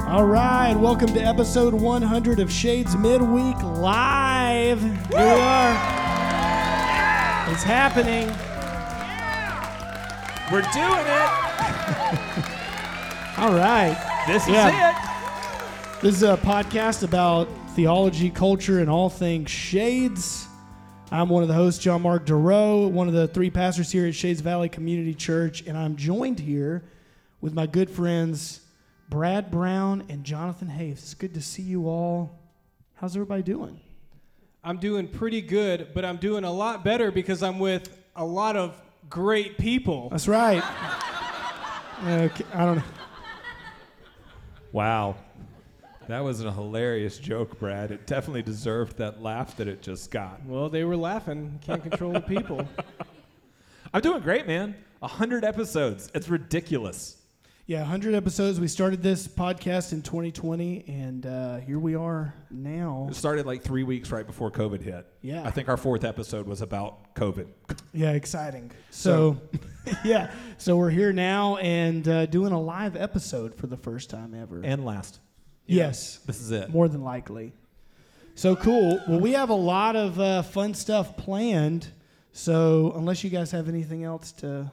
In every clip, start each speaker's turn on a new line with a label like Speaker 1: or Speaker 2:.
Speaker 1: All right, welcome to episode 100 of Shades Midweek Live. Here we are. It's happening.
Speaker 2: We're doing it.
Speaker 1: All right.
Speaker 2: This is
Speaker 1: Yeah. This is a podcast about theology, culture, and all things shades. I'm one of the hosts, John Mark DeRoe, one of the three pastors here at Shades Valley Community Church, and I'm joined here with my good friends Brad Brown and Jonathan Hayes. It's good to see you all. How's everybody doing?
Speaker 3: I'm doing pretty good, but I'm doing a lot better because I'm with a lot of great people.
Speaker 1: That's right. Okay, I don't know.
Speaker 2: it. Wow. That was a hilarious joke, Brad. It definitely deserved that laugh that it just got.
Speaker 3: Well, they were laughing. Can't control the people.
Speaker 2: I'm doing great, man. 100 episodes. It's ridiculous.
Speaker 1: Yeah, 100 episodes. We started this podcast in 2020, and uh, here we are now.
Speaker 2: It started like three weeks right before COVID hit.
Speaker 1: Yeah.
Speaker 2: I think our fourth episode was about COVID.
Speaker 1: Yeah, exciting. So, yeah, so we're here now and uh, doing a live episode for the first time ever.
Speaker 2: And last.
Speaker 1: yes,
Speaker 2: This is it.
Speaker 1: more than likely. So cool. Well, we have a lot of uh, fun stuff planned. So, unless you guys have anything else to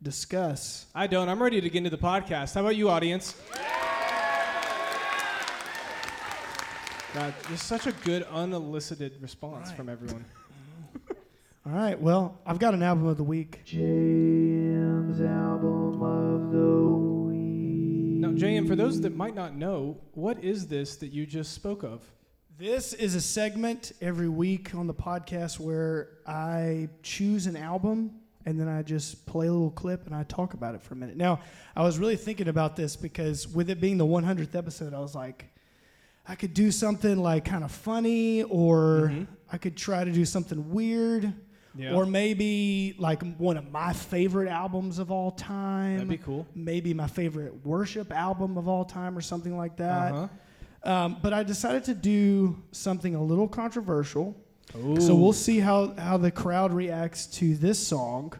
Speaker 1: discuss,
Speaker 3: I don't. I'm ready to get into the podcast. How about you, audience? God, there's such a good unelicited response from everyone.
Speaker 1: all right, well, I've got an album of the week.
Speaker 3: Now, JM, for those that might not know, what is this that you just spoke of?
Speaker 1: This is a segment every week on the podcast where I choose an album and then I just play a little clip and I talk about it for a minute. Now, I was really thinking about this because with it being the 100th episode, I was like, I could do something like kind of funny or I could try to do something weird.
Speaker 3: Mm-hmm. Yeah.
Speaker 1: Or maybe like one of my favorite albums of all time.
Speaker 3: That'd be cool.
Speaker 1: Maybe my favorite worship album of all time or something like that.
Speaker 3: Uh-huh.
Speaker 1: Um, but I decided to do something a little controversial.
Speaker 3: Ooh.
Speaker 1: So we'll see how, how the crowd reacts to this song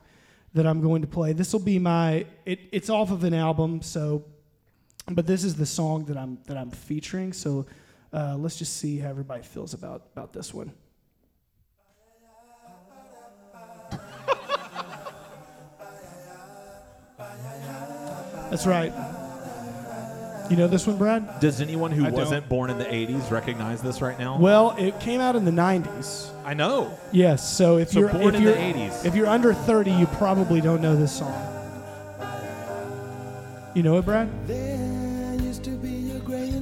Speaker 1: that I'm going to play. This will be my it, it's off of an album, so but this is the song that I'm that I'm featuring. So uh, let's just see how everybody feels about about this one. That's right. You know this one, Brad?
Speaker 2: Does anyone who
Speaker 3: I don't.
Speaker 2: wasn't born in the 80s recognize this right now?
Speaker 1: Well, it came out in the 90s.
Speaker 2: I know.
Speaker 1: Yes, so if
Speaker 2: So
Speaker 1: you're
Speaker 2: born
Speaker 1: if
Speaker 2: in the
Speaker 1: you're,
Speaker 2: 80s.
Speaker 1: if you're under 30, you probably don't know this song. You know it, Brad?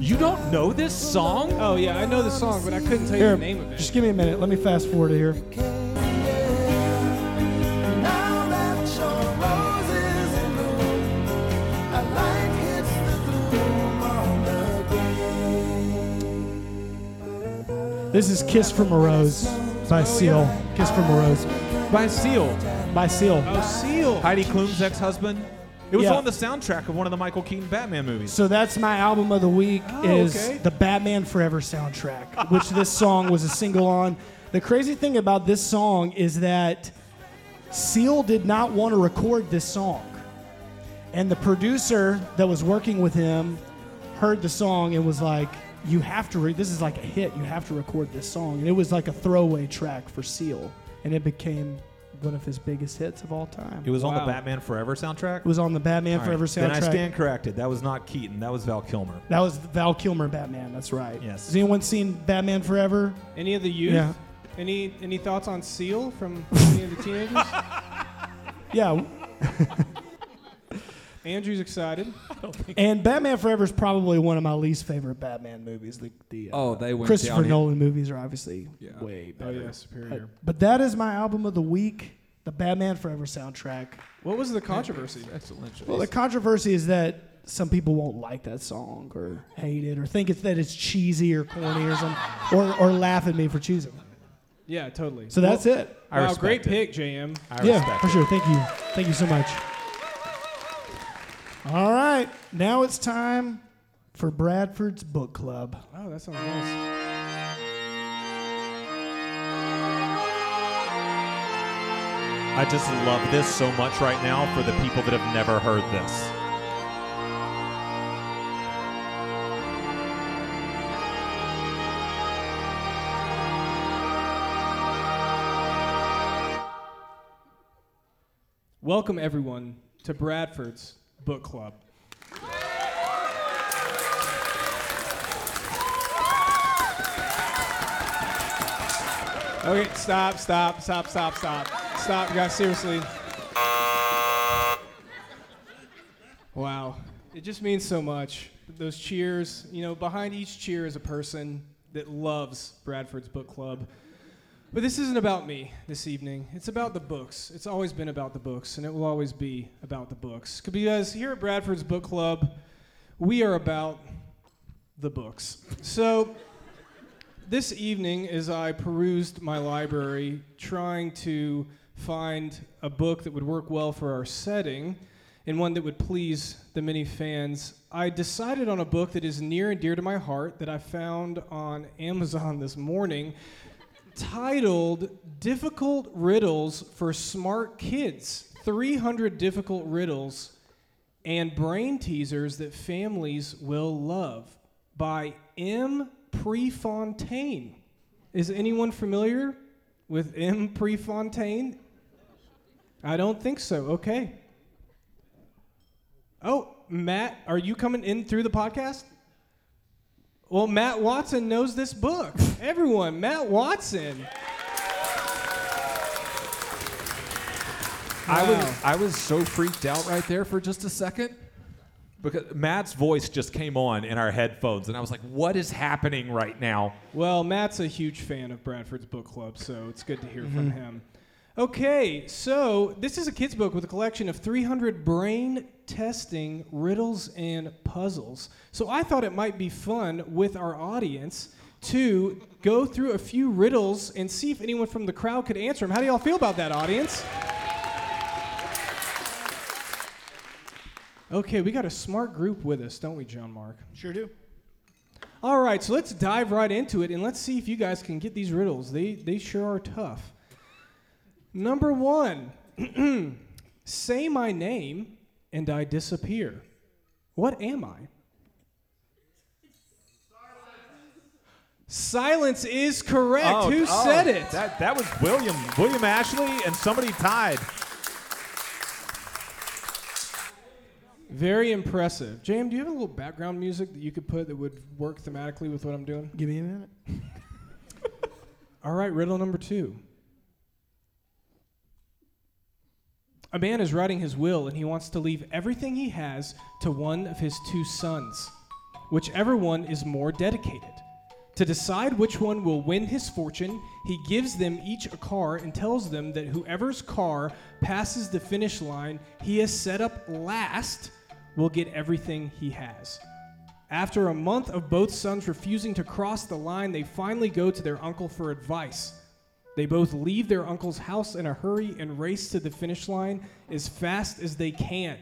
Speaker 2: You don't know this song?
Speaker 3: Oh, yeah, I know the song, but I couldn't tell you
Speaker 1: Here,
Speaker 3: the name of it.
Speaker 1: just give me a minute. Let me fast forward it here. This is "Kiss from a Rose" by Seal. "Kiss from a Rose"
Speaker 2: By Seal.
Speaker 1: by Seal.
Speaker 3: Oh, Seal.
Speaker 2: Heidi Klum's ex-husband. It was
Speaker 1: Yeah.
Speaker 2: on the soundtrack of one of the Michael Keaton Batman movies.
Speaker 1: So that's my album of the week
Speaker 3: Oh,
Speaker 1: is
Speaker 3: okay.
Speaker 1: the Batman Forever soundtrack, which this song was a single on. The crazy thing about this song is that Seal did not want to record this song. And the producer that was working with him heard the song and was like, "You have to re- this is like a hit. You have to record this song." And it was like a throwaway track for Seal, and it became one of his biggest hits of all time.
Speaker 2: It was on the
Speaker 3: Wow.
Speaker 2: Batman Forever soundtrack.
Speaker 1: It was on the Batman
Speaker 2: All right,
Speaker 1: Forever
Speaker 2: Then
Speaker 1: soundtrack.
Speaker 2: I stand corrected. That was not Keaton. That was Val Kilmer.
Speaker 1: That was Val Kilmer Batman. That's right.
Speaker 2: Yes.
Speaker 1: Has anyone seen Batman Forever?
Speaker 3: Any of the youth?
Speaker 1: Yeah.
Speaker 3: Any any thoughts on Seal from any of the teenagers?
Speaker 1: Yeah.
Speaker 3: Andrew's excited.
Speaker 1: And Batman Forever is probably one of my least favorite Batman movies. The, the uh,
Speaker 4: Oh, they went
Speaker 1: Christopher
Speaker 4: down in-
Speaker 1: Nolan movies are obviously
Speaker 4: Yeah.
Speaker 1: way
Speaker 3: Oh
Speaker 1: better.
Speaker 3: yeah, superior.
Speaker 1: But that is my album of the week, the Batman Forever soundtrack.
Speaker 3: What was the controversy?
Speaker 4: Excellent choice.
Speaker 1: Well, the controversy is that some people won't like that song or hate it or think it's that it's cheesy or corny or something or, or laugh at me for choosing.
Speaker 3: Yeah, totally.
Speaker 1: So that's it.
Speaker 2: I
Speaker 3: wow,
Speaker 2: respect
Speaker 3: great
Speaker 2: it.
Speaker 3: pick, JM.
Speaker 2: I
Speaker 1: yeah,
Speaker 2: respect
Speaker 1: for
Speaker 2: it.
Speaker 1: sure. Thank you. Thank you so much. All right, now it's time for Bradford's book club.
Speaker 3: Oh, that sounds nice.
Speaker 2: I just love this so much right now for the people that have never heard this.
Speaker 3: Welcome, everyone, to Bradford's Book Club. Okay, stop, stop, stop, stop, stop. Stop, guys, seriously. Wow. It just means so much. Those cheers, you know, behind each cheer is a person that loves Bradford's Book Club. But this isn't about me this evening. It's about the books. It's always been about the books, and it will always be about the books. Because here at Bradford's Book Club, we are about the books. So this evening, as I perused my library trying to find a book that would work well for our setting and one that would please the many fans, I decided on a book that is near and dear to my heart that I found on Amazon this morning titled Difficult Riddles for Smart Kids 300 Difficult Riddles and Brain Teasers That Families Will Love by M. Prefontaine. Is anyone familiar with M. Prefontaine? I don't think so. Okay. Oh, Matt, are you coming in through the podcast? Well, Matt Watson knows this book. Everyone, Matt Watson.
Speaker 2: I
Speaker 3: Wow.
Speaker 2: was I was so freaked out right there for just a second because Matt's voice just came on in our headphones, and I was like, "What is happening right now?"
Speaker 3: Well, Matt's a huge fan of Bradford's book club, so it's good to hear from him. Okay, so this is a kid's book with a collection of 300 brain testing riddles and puzzles. So I thought it might be fun with our audience to go through a few riddles and see if anyone from the crowd could answer them. How do y'all feel about that, audience? Okay, we got a smart group with us, don't we, John Mark?
Speaker 1: Sure do.
Speaker 3: All right, so let's dive right into it and let's see if you guys can get these riddles. They, they sure are tough. Number one say my name and I disappear. What am I? Silence is correct.
Speaker 2: Oh,
Speaker 3: Who
Speaker 2: oh,
Speaker 3: said it?
Speaker 2: That that was William William Ashley, and somebody tied.
Speaker 3: Very impressive. Jam, do you have a little background music that you could put that would work thematically with what I'm doing?
Speaker 1: Give me a minute.
Speaker 3: All right, riddle number two. A man is writing his will and he wants to leave everything he has to one of his two sons, whichever one is more dedicated. To decide which one will win his fortune, he gives them each a car and tells them that whoever's car passes the finish line he has set up last will get everything he has. After a month of both sons refusing to cross the line, they finally go to their uncle for advice. They both leave their uncle's house in a hurry and race to the finish line as fast as they can.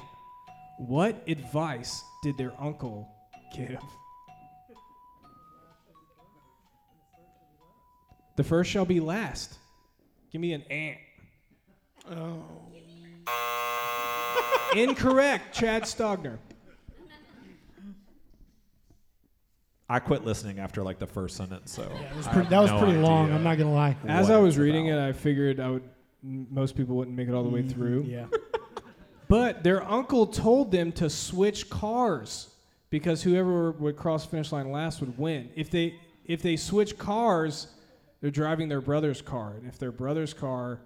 Speaker 3: What advice did their uncle give? The first shall be last. Give me an ant. Oh. Incorrect, Chad Stogner.
Speaker 2: I quit listening after like the first sentence. So
Speaker 1: That was,
Speaker 2: I
Speaker 1: pretty,
Speaker 2: have
Speaker 1: that was
Speaker 2: no
Speaker 1: pretty long.
Speaker 2: idea.
Speaker 1: I'm not gonna lie.
Speaker 3: As
Speaker 2: what
Speaker 3: I
Speaker 2: it's
Speaker 3: was reading
Speaker 2: about.
Speaker 3: it, I figured I would m- most people wouldn't make it all the way through.
Speaker 1: Mm, Yeah.
Speaker 3: But their uncle told them to switch cars because whoever would cross finish line last would win. If they if they switch cars, they're driving their brother's car, and if their brother's car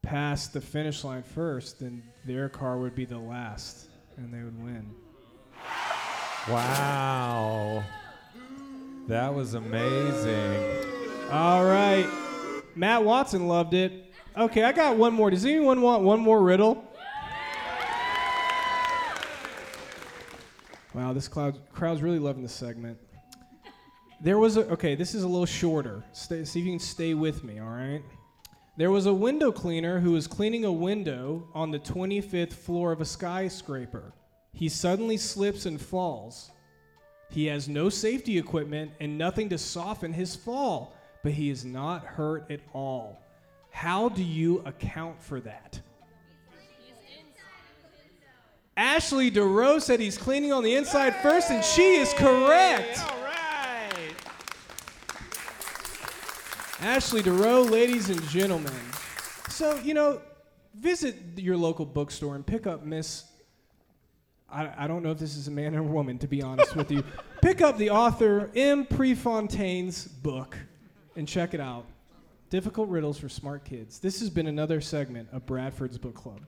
Speaker 3: passed the finish line first, then their car would be the last, and they would win.
Speaker 2: Wow, that was amazing.
Speaker 3: All right, Matt Watson loved it. Okay, I got one more. Does anyone want one more riddle? Wow, this cloud, crowd's really loving this segment. There was a, okay, this is a little shorter. Stay, see if you can stay with me, all right? There was a window cleaner who was cleaning a window on the 25th floor of a skyscraper. He suddenly slips and falls. He has no safety equipment and nothing to soften his fall, but he is not hurt at all. How do you account for that? Ashley DeRoe said he's cleaning on the inside first, and she is correct. Ashley DeRoe, ladies and gentlemen. So, you know, visit your local bookstore and pick up Miss. I, I don't know if this is a man or a woman, to be honest with you. Pick up the author M. Prefontaine's book and check it out. Difficult Riddles for Smart Kids. This has been another segment of Bradford's Book Club.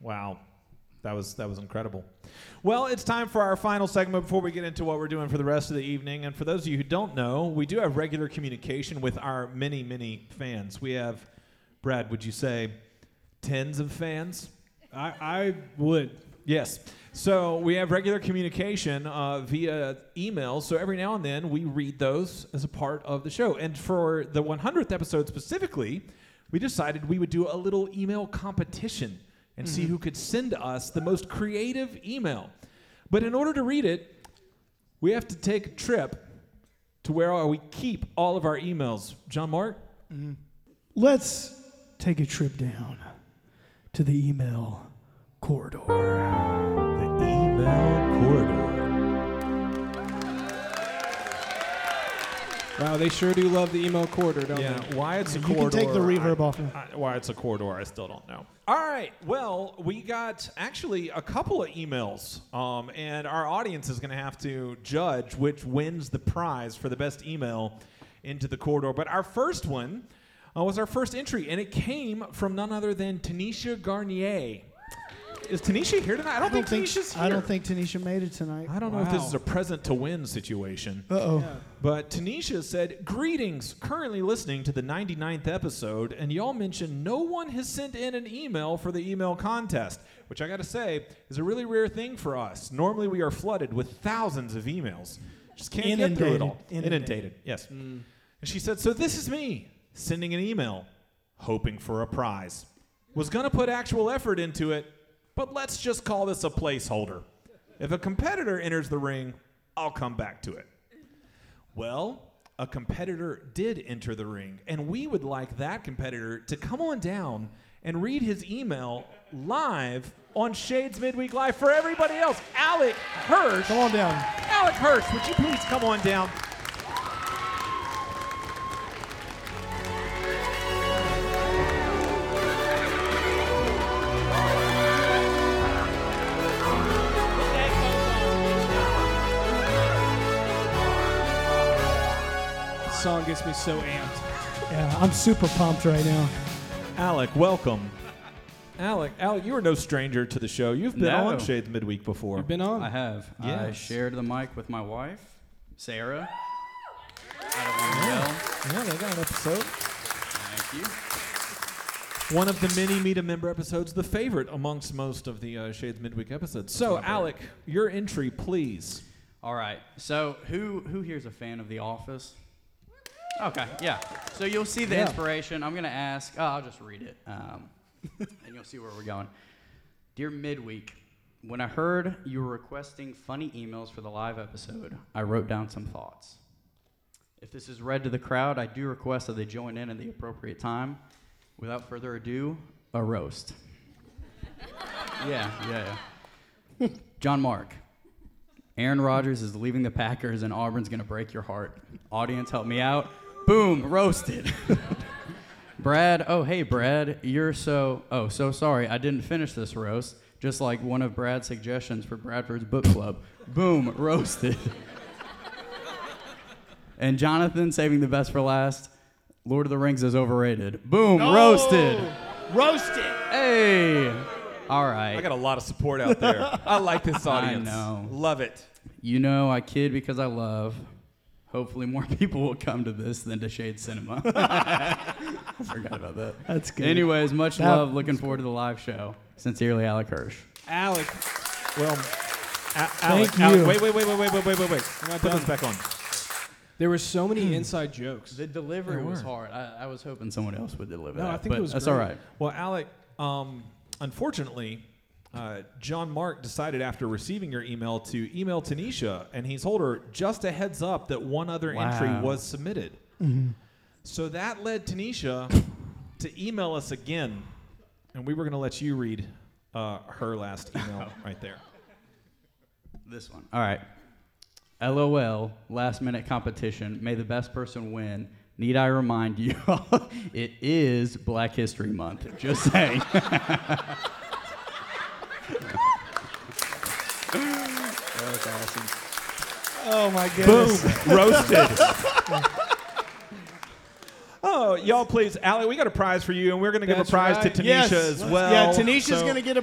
Speaker 2: Wow. That was that was incredible. Well, it's time for our final segment before we get into what we're doing for the rest of the evening. And for those of you who don't know, we do have regular communication with our many, many fans. We have Brad, would you say tens of fans?
Speaker 3: I, I would.
Speaker 2: Yes. So we have regular communication uh, via email. So every now and then we read those as a part of the show. And for the 100th episode specifically, we decided we would do a little email competition and see who could send us the most creative email. But in order to read it, we have to take a trip to where we keep all of our emails. John Mark?
Speaker 1: Let's take a trip down to the email corridor.
Speaker 2: The email corridor.
Speaker 3: Wow, they sure do love the email quarter, don't
Speaker 2: Yeah,
Speaker 3: they?
Speaker 2: why it's a
Speaker 1: You
Speaker 2: corridor.
Speaker 1: can take the
Speaker 2: I-
Speaker 1: reverb off. now.
Speaker 2: I- why it's a corridor, I still don't know. All right. Well, we got actually a couple of emails, um, and our audience is going to have to judge which wins the prize for the best email into the corridor. But our first one uh, was our first entry, and it came from none other than Tanisha Garnier. Is Tanisha here tonight? I don't,
Speaker 1: I
Speaker 2: think
Speaker 1: don't think
Speaker 2: Tanisha's here.
Speaker 1: I don't think Tanisha made it tonight.
Speaker 2: I don't know if this
Speaker 3: Wow.
Speaker 2: is a present to win situation.
Speaker 1: Uh oh.
Speaker 2: But Tanisha said, Greetings, currently listening to the 99th episode, and y'all mentioned no one has sent in an email for the email contest, which I gotta say is a really rare thing for us. Normally we are flooded with thousands of emails. Just can't get through it
Speaker 1: Inundated.
Speaker 2: all.
Speaker 1: Inundated.
Speaker 2: yes.
Speaker 3: Mm,
Speaker 2: And she said, So this is me sending an email, hoping for a prize. Was gonna put actual effort into it, but let's just call this a placeholder. If a competitor enters the ring, I'll come back to it. Well, a competitor did enter the ring, and we would like that competitor to come on down and read his email live on Shades Midweek Live for everybody else. Alec Hirsch.
Speaker 1: Come on down.
Speaker 2: Alec Hirsch, would you please come on down?
Speaker 3: This song gets me so amped.
Speaker 1: Yeah, I'm super pumped right now.
Speaker 2: Alec, welcome. Alec, Alec, you are no stranger to the show. You've been
Speaker 4: No.
Speaker 2: on Shades Midweek before.
Speaker 3: You've been on?
Speaker 4: I have. I
Speaker 2: Yes.
Speaker 4: shared the mic with my wife, Sarah. I don't want to yell.
Speaker 2: yeah, they got an episode.
Speaker 4: Thank you.
Speaker 2: One of the many Meet a Member episodes, the favorite amongst most of the uh, Shades Midweek episodes. So, Alec, your entry, please.
Speaker 4: All right. So who who here's a fan of The Office? Okay. Yeah. So you'll see the
Speaker 2: Yeah.
Speaker 4: inspiration. I'm gonna ask. Oh, I'll just read it, um, and you'll see where we're going. Dear Midweek, when I heard you were requesting funny emails for the live episode, I wrote down some thoughts. If this is read to the crowd, I do request that they join in at the appropriate time. Without further ado, a roast. yeah, yeah, yeah. John Mark, Aaron Rodgers is leaving the Packers and Auburn's going to break your heart. Audience, help me out. Boom, roasted. Brad, oh, hey, Brad, you're so, oh, so sorry. I didn't finish this roast. Just like one of Brad's suggestions for Bradford's book club. Boom, roasted. and Jonathan, saving the best for last. Lord of the Rings is overrated. Boom, roasted.
Speaker 5: Roasted.
Speaker 4: Hey. All
Speaker 2: I
Speaker 4: right.
Speaker 2: got a lot of support out there. I like this audience.
Speaker 4: know.
Speaker 2: Love it.
Speaker 4: You know, I kid because I love. Hopefully, more people will come to this than to Shade Cinema. I forgot about that.
Speaker 1: That's good.
Speaker 4: Anyways, much
Speaker 1: That
Speaker 4: love. Looking forward to the live show. Sincerely, Alec Hirsch.
Speaker 3: Alec,
Speaker 2: Well, A- Alec,
Speaker 1: Thank
Speaker 2: Alec,
Speaker 1: you.
Speaker 2: wait, wait, wait, wait, wait, wait, wait, wait, wait. Put
Speaker 3: done.
Speaker 2: those back on.
Speaker 3: there were so many inside jokes.
Speaker 4: The delivery
Speaker 2: They
Speaker 4: was
Speaker 2: were.
Speaker 4: hard. I, I was hoping someone else would deliver
Speaker 3: No,
Speaker 4: that.
Speaker 3: I think it
Speaker 4: but
Speaker 3: was
Speaker 4: That's
Speaker 3: great.
Speaker 4: all right.
Speaker 2: Well, Alec, um, unfortunately, uh, John Mark decided after receiving your email to email Tanisha, and he's told her just a heads up that one other entry
Speaker 4: Wow.
Speaker 2: was submitted. So that led Tanisha to email us again, and we were going to let you read uh, her last email right there.
Speaker 4: This one. All right. LOL, last minute competition. May the best person win. Need I remind you, it is Black History Month. Just saying.
Speaker 1: Oh my
Speaker 2: Boom,
Speaker 1: goodness.
Speaker 2: roasted. oh, y'all, please, Allie, we got a prize for you, and we're going to give a
Speaker 3: That's
Speaker 2: prize
Speaker 3: right.
Speaker 2: to Tanisha
Speaker 1: Yes.
Speaker 2: as well.
Speaker 1: Yeah, Tanisha's
Speaker 2: So
Speaker 1: gonna get a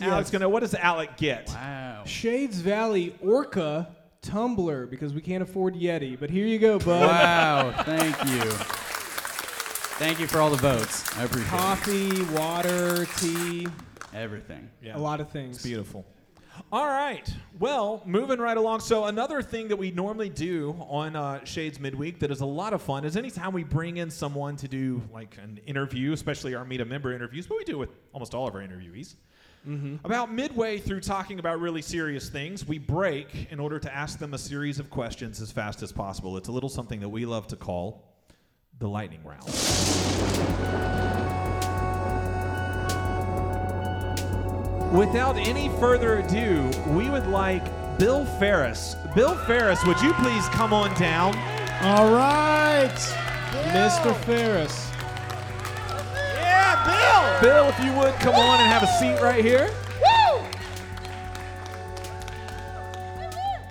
Speaker 2: Alex
Speaker 1: Yes.
Speaker 2: gonna. What does Alec get?
Speaker 4: wow.
Speaker 3: Shades Valley Orca tumbler because we can't afford Yeti. But here you go, bud.
Speaker 4: Wow. Thank you. Thank you for all the votes. I appreciate
Speaker 3: Coffee, water, tea,
Speaker 4: it. everything.
Speaker 2: Yeah.
Speaker 3: a lot of things.
Speaker 2: Beautiful. All right. Well, moving right along. So, another thing that we normally do on uh, Shades Midweek that is a lot of fun is anytime we bring in someone to do like an interview, especially our Meet a Member interviews, but we do it with almost all of our interviewees. About midway through talking about really serious things, we break in order to ask them a series of questions as fast as possible. It's a little something that we love to call the lightning round. Without any further ado, we would like Bill Ferris. Bill Ferris, would you please come on down?
Speaker 1: All right.
Speaker 3: Mr. Ferris.
Speaker 1: Yeah,
Speaker 2: Bill, if you would, come on and have a seat right here.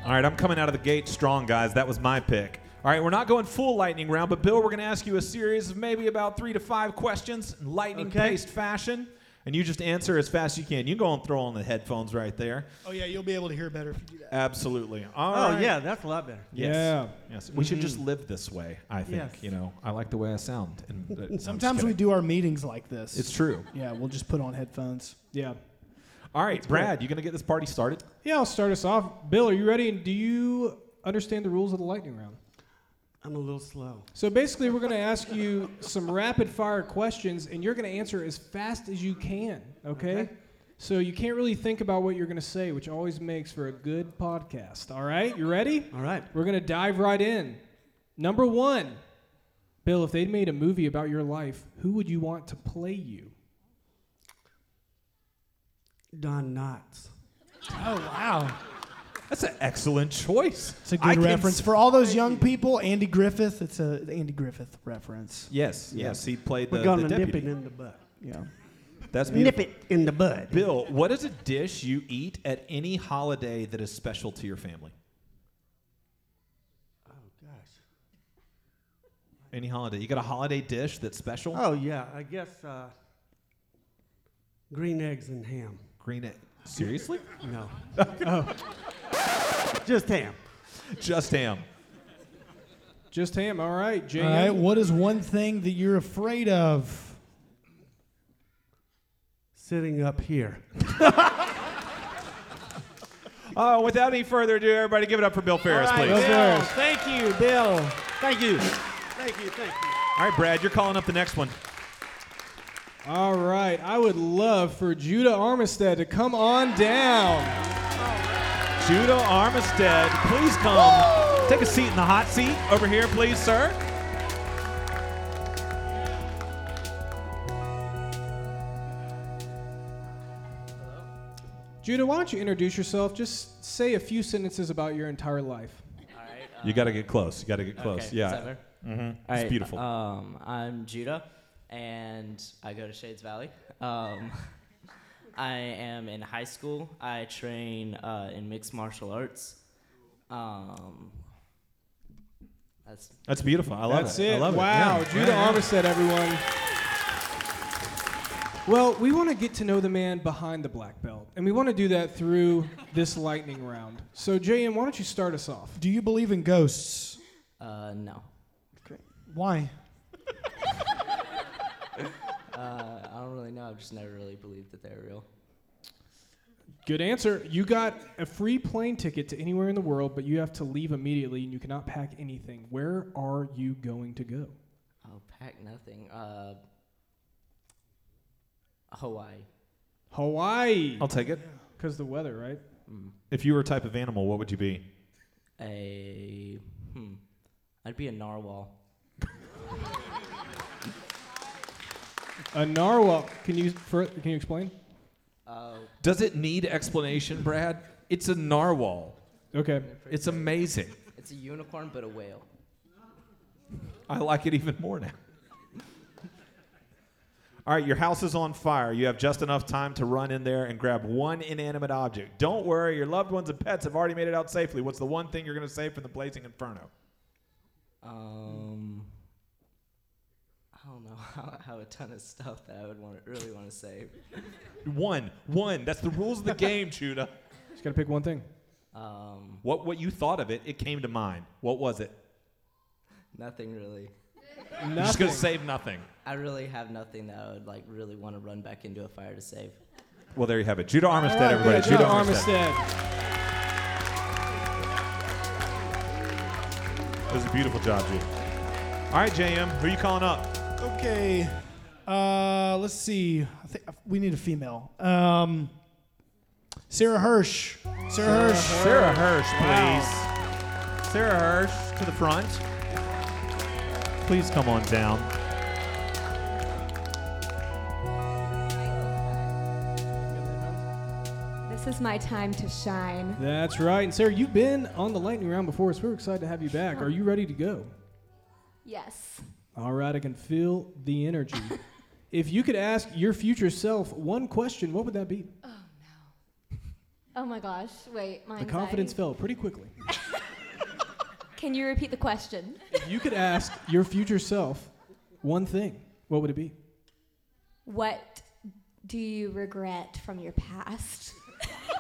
Speaker 2: All right, I'm coming out of the gate strong, guys. That was my pick. All right, we're not going full lightning round, but Bill, we're going to ask you a series of maybe about three to five questions in lightning paced fashion, and you just answer as fast as you can. You can go and throw on the headphones right there.
Speaker 1: Bill. Oh yeah, you'll be able to hear better if you do that.
Speaker 2: Absolutely. All
Speaker 5: Oh
Speaker 2: right.
Speaker 5: yeah, that's a lot better.
Speaker 2: Yes.
Speaker 3: Yeah.
Speaker 2: Yes. We should just live this way. I think.
Speaker 5: Mm-hmm. Yes.
Speaker 2: You know, I like the way I sound. And no, I'm just
Speaker 1: Sometimes we
Speaker 2: kidding.
Speaker 1: do our meetings like this.
Speaker 2: It's true.
Speaker 1: yeah, we'll just put on headphones.
Speaker 3: Yeah.
Speaker 2: All right, Brad, you gonna get this party started?
Speaker 3: Yeah, I'll start us off. Bill, are you ready? And do you understand the rules of the lightning round?
Speaker 5: I'm a little slow.
Speaker 3: So basically, we're going to ask you some rapid fire questions, and you're going to answer as fast as you can, okay?
Speaker 5: Okay.
Speaker 3: So you can't really think about what you're going to say, which always makes for a good podcast. All right, you ready?
Speaker 5: All right.
Speaker 3: We're going to dive right in. Number one Bill, if they'd made a movie about your life, who would you want to play you?
Speaker 5: Don Knotts.
Speaker 1: Oh wow,
Speaker 2: That's an excellent choice.
Speaker 1: it's a
Speaker 2: I
Speaker 1: good
Speaker 2: can
Speaker 1: reference
Speaker 2: s-
Speaker 1: for all those young people. Andy Griffith. It's a Andy Griffith reference.
Speaker 2: yes, yes, he played the,
Speaker 5: We're gonna
Speaker 2: the
Speaker 5: nip
Speaker 2: deputy.
Speaker 5: it in the bud.
Speaker 1: Yeah.
Speaker 2: That's
Speaker 5: Nip
Speaker 2: beautiful.
Speaker 5: it in the bud.
Speaker 2: Bill, what is a dish you eat at any holiday that is special to your family?
Speaker 5: Oh gosh.
Speaker 2: Any holiday? You got a holiday dish that's special?
Speaker 5: Oh yeah. I guess uh, green eggs and ham.
Speaker 2: Green egg. Seriously?
Speaker 5: No.
Speaker 2: Oh.
Speaker 5: Just ham.
Speaker 2: Just ham.
Speaker 3: Just him, all right,
Speaker 1: All
Speaker 3: Jam.
Speaker 1: right. What is one thing that you're afraid of?
Speaker 5: Sitting up here.
Speaker 2: Oh, without any further ado, everybody give it up for Bill Ferris, please.
Speaker 1: Ferris.
Speaker 5: Thank you, Bill. Thank you. Thank you. Thank you.
Speaker 2: All right, Brad, you're calling up the next one.
Speaker 3: All right, I would love for Judah Armistead to come on down.
Speaker 2: Judah Armistead, please come. Take a seat in the hot seat over here, please, sir.
Speaker 3: Judah, why don't you introduce yourself? Just say a few sentences about your entire life.
Speaker 6: All right. Uh,
Speaker 2: You got to get close. You got to get close.
Speaker 6: okay, is that
Speaker 2: yeah. Mm-hmm.
Speaker 6: better? All right,
Speaker 2: beautiful.
Speaker 6: Um, I'm Judah, and I go to Shades Valley. Um, I am in high school. I train uh, in mixed martial arts. Um, that's
Speaker 2: That's beautiful. I love
Speaker 3: That's
Speaker 2: it.
Speaker 3: it.
Speaker 2: I love
Speaker 3: wow,
Speaker 2: it. Yeah.
Speaker 3: Judah Armistead, everyone. Well, we want to get to know the man behind the black belt, and we want to do that through this lightning round. So, JM, why don't you start us off?
Speaker 1: Do you believe in ghosts?
Speaker 6: uh, no.
Speaker 1: Why?
Speaker 6: Uh, I I don't really know. I've just never really believed that they're real.
Speaker 3: Good answer. You got a free plane ticket to anywhere in the world, but you have to leave immediately, and you cannot pack anything. Where are you going to go?
Speaker 6: I'll Oh, pack nothing. Uh, Hawaii.
Speaker 3: Hawaii,
Speaker 2: I'll take it.
Speaker 3: because the weather, right?
Speaker 6: Mm-hmm.
Speaker 2: If you were a type of animal, what would you be?
Speaker 6: A hmm. I'd be a narwhal.
Speaker 3: A narwhal. Can you fur can you explain?
Speaker 6: Uh,
Speaker 2: Does it need explanation, Brad? It's a narwhal.
Speaker 3: Okay.
Speaker 2: It's amazing.
Speaker 6: It's a unicorn, but a whale.
Speaker 2: I like it even more now. All right, your house is on fire. You have just enough time to run in there and grab one inanimate object. Don't worry, your loved ones and pets have already made it out safely. What's the one thing you're going to save from the blazing inferno?
Speaker 6: Um, I don't know. I have a ton of stuff that I would want to really want to save.
Speaker 2: One, one. That's the rules of the game, Judah.
Speaker 3: Just gotta pick one thing.
Speaker 6: Um,
Speaker 2: What what you thought of it? It came to mind. What was it?
Speaker 6: nothing really.
Speaker 2: You're just
Speaker 3: Nothing.
Speaker 2: going to save nothing.
Speaker 6: I really have nothing that I would like really want to run back into a fire to save.
Speaker 2: Well, there you have it. Judah Armistead,
Speaker 3: All right,
Speaker 2: everybody.
Speaker 3: good.
Speaker 2: Judah
Speaker 3: John
Speaker 2: Armistead.
Speaker 3: Armistead.
Speaker 2: It was a beautiful job, Judah. All right, JM, who are you calling up?
Speaker 1: Okay. Uh, let's see. I think we need a female. Um, Sarah Hirsch. Sarah, Hirsch.
Speaker 2: Sarah Hirsch, please. Sarah Hirsch to the front. Please come on down.
Speaker 7: This is my time to shine.
Speaker 3: That's right. And Sarah, you've been on the lightning round before, so we're excited to have you back. Are you ready to go?
Speaker 7: Yes.
Speaker 3: All right, I can feel the energy. if you could ask your future self one question, what would that be?
Speaker 7: Oh my gosh. Wait, my
Speaker 3: The confidence
Speaker 7: anxiety.
Speaker 3: fell pretty quickly.
Speaker 7: Can you repeat the question?
Speaker 3: if you could ask your future self one thing, what would it be?
Speaker 7: What do you regret from your past?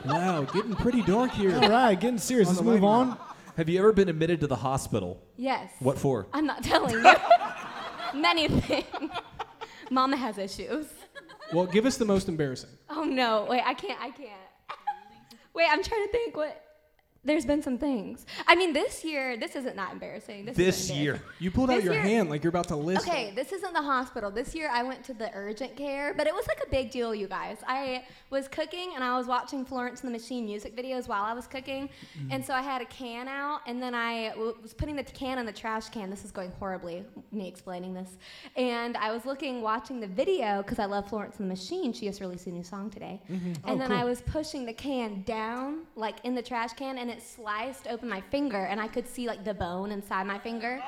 Speaker 3: Wow, getting pretty dark
Speaker 1: All
Speaker 3: here.
Speaker 1: right, getting serious.
Speaker 3: On
Speaker 1: Let's
Speaker 3: the
Speaker 1: move
Speaker 3: lightning
Speaker 1: on.
Speaker 2: Have you ever been admitted to the hospital?
Speaker 7: Yes.
Speaker 2: What for?
Speaker 7: I'm not telling you. Many things. Mama has issues.
Speaker 3: Well, give us the most embarrassing.
Speaker 7: Oh no. Wait, I can't. I can't. Wait, I'm trying to think what. There's been some things. I mean, this year, this isn't not embarrassing. This,
Speaker 2: This
Speaker 7: isn't
Speaker 2: year.
Speaker 7: embarrassing.
Speaker 3: You pulled out
Speaker 7: This
Speaker 3: your
Speaker 7: year-
Speaker 3: hand like you're about to list.
Speaker 7: Okay, this isn't the hospital. This year I went to the urgent care, but it was like a big deal, you guys. I was cooking and I was watching Florence and the Machine music videos while I was cooking. And so I had a can out and then I w- was putting the can in the trash can. This is going horribly, me explaining this. And I was looking, watching the video because I love Florence and the Machine. She just released a new song today. And then I was pushing the can down, like in the trash can, and it sliced open my finger and I could see like the bone inside my finger.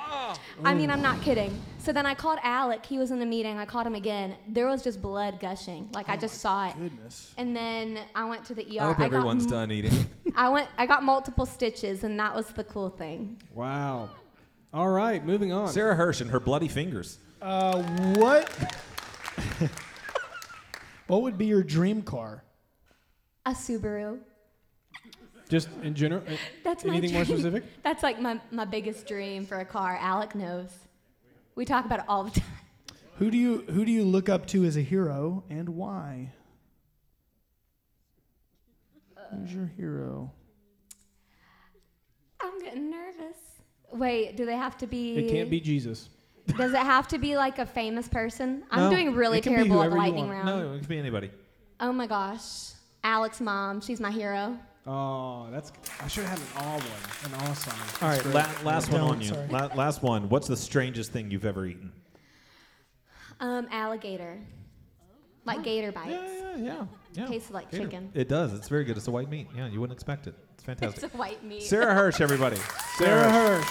Speaker 7: I mean, I'm not kidding. So then I called Alec. He was in a meeting. I called him again. There was just blood gushing. Like I just saw it.
Speaker 1: Goodness.
Speaker 7: And then I went to the ER.
Speaker 2: I hope
Speaker 7: got
Speaker 2: everyone's
Speaker 7: m-
Speaker 2: done eating.
Speaker 7: I went. I got multiple stitches, and that was the cool thing.
Speaker 3: Wow. All right, moving on.
Speaker 2: Sarah Hirsch and her bloody fingers.
Speaker 1: Uh, what? what would be your dream car?
Speaker 7: A Subaru.
Speaker 3: Just in general. uh,
Speaker 7: That's my
Speaker 3: Anything more
Speaker 7: dream.
Speaker 3: specific?
Speaker 7: That's like my, my biggest dream for a car. Alec knows. We talk about it all the time.
Speaker 1: Who do you who do you look up to as a hero and why? Who's your hero?
Speaker 7: I'm getting nervous. Wait, do they have to be?
Speaker 3: It can't be Jesus.
Speaker 7: Does it have to be like a famous person? I'm
Speaker 2: No,
Speaker 7: doing really
Speaker 3: it can be
Speaker 7: terrible at
Speaker 3: whoever
Speaker 7: the
Speaker 3: you
Speaker 7: lightning
Speaker 3: want.
Speaker 7: round.
Speaker 2: No, it could be anybody.
Speaker 7: Oh my gosh. Alex's mom, she's my hero.
Speaker 3: Oh, that's. I should have had an awe one, an awesome.
Speaker 2: All right, la- last one
Speaker 1: Don't,
Speaker 2: on you.
Speaker 1: sorry.
Speaker 2: La- last one. What's the strangest thing you've ever eaten?
Speaker 7: Um, alligator. Like gator bites.
Speaker 2: yeah, yeah. yeah.
Speaker 7: Tasted like
Speaker 2: Gator.
Speaker 7: chicken.
Speaker 2: It does. It's very good. It's a white meat. Yeah, you wouldn't expect it. It's
Speaker 7: It's
Speaker 2: fantastic.
Speaker 7: a white meat.
Speaker 2: Sarah Hirsch, everybody.
Speaker 3: Sarah Hirsch.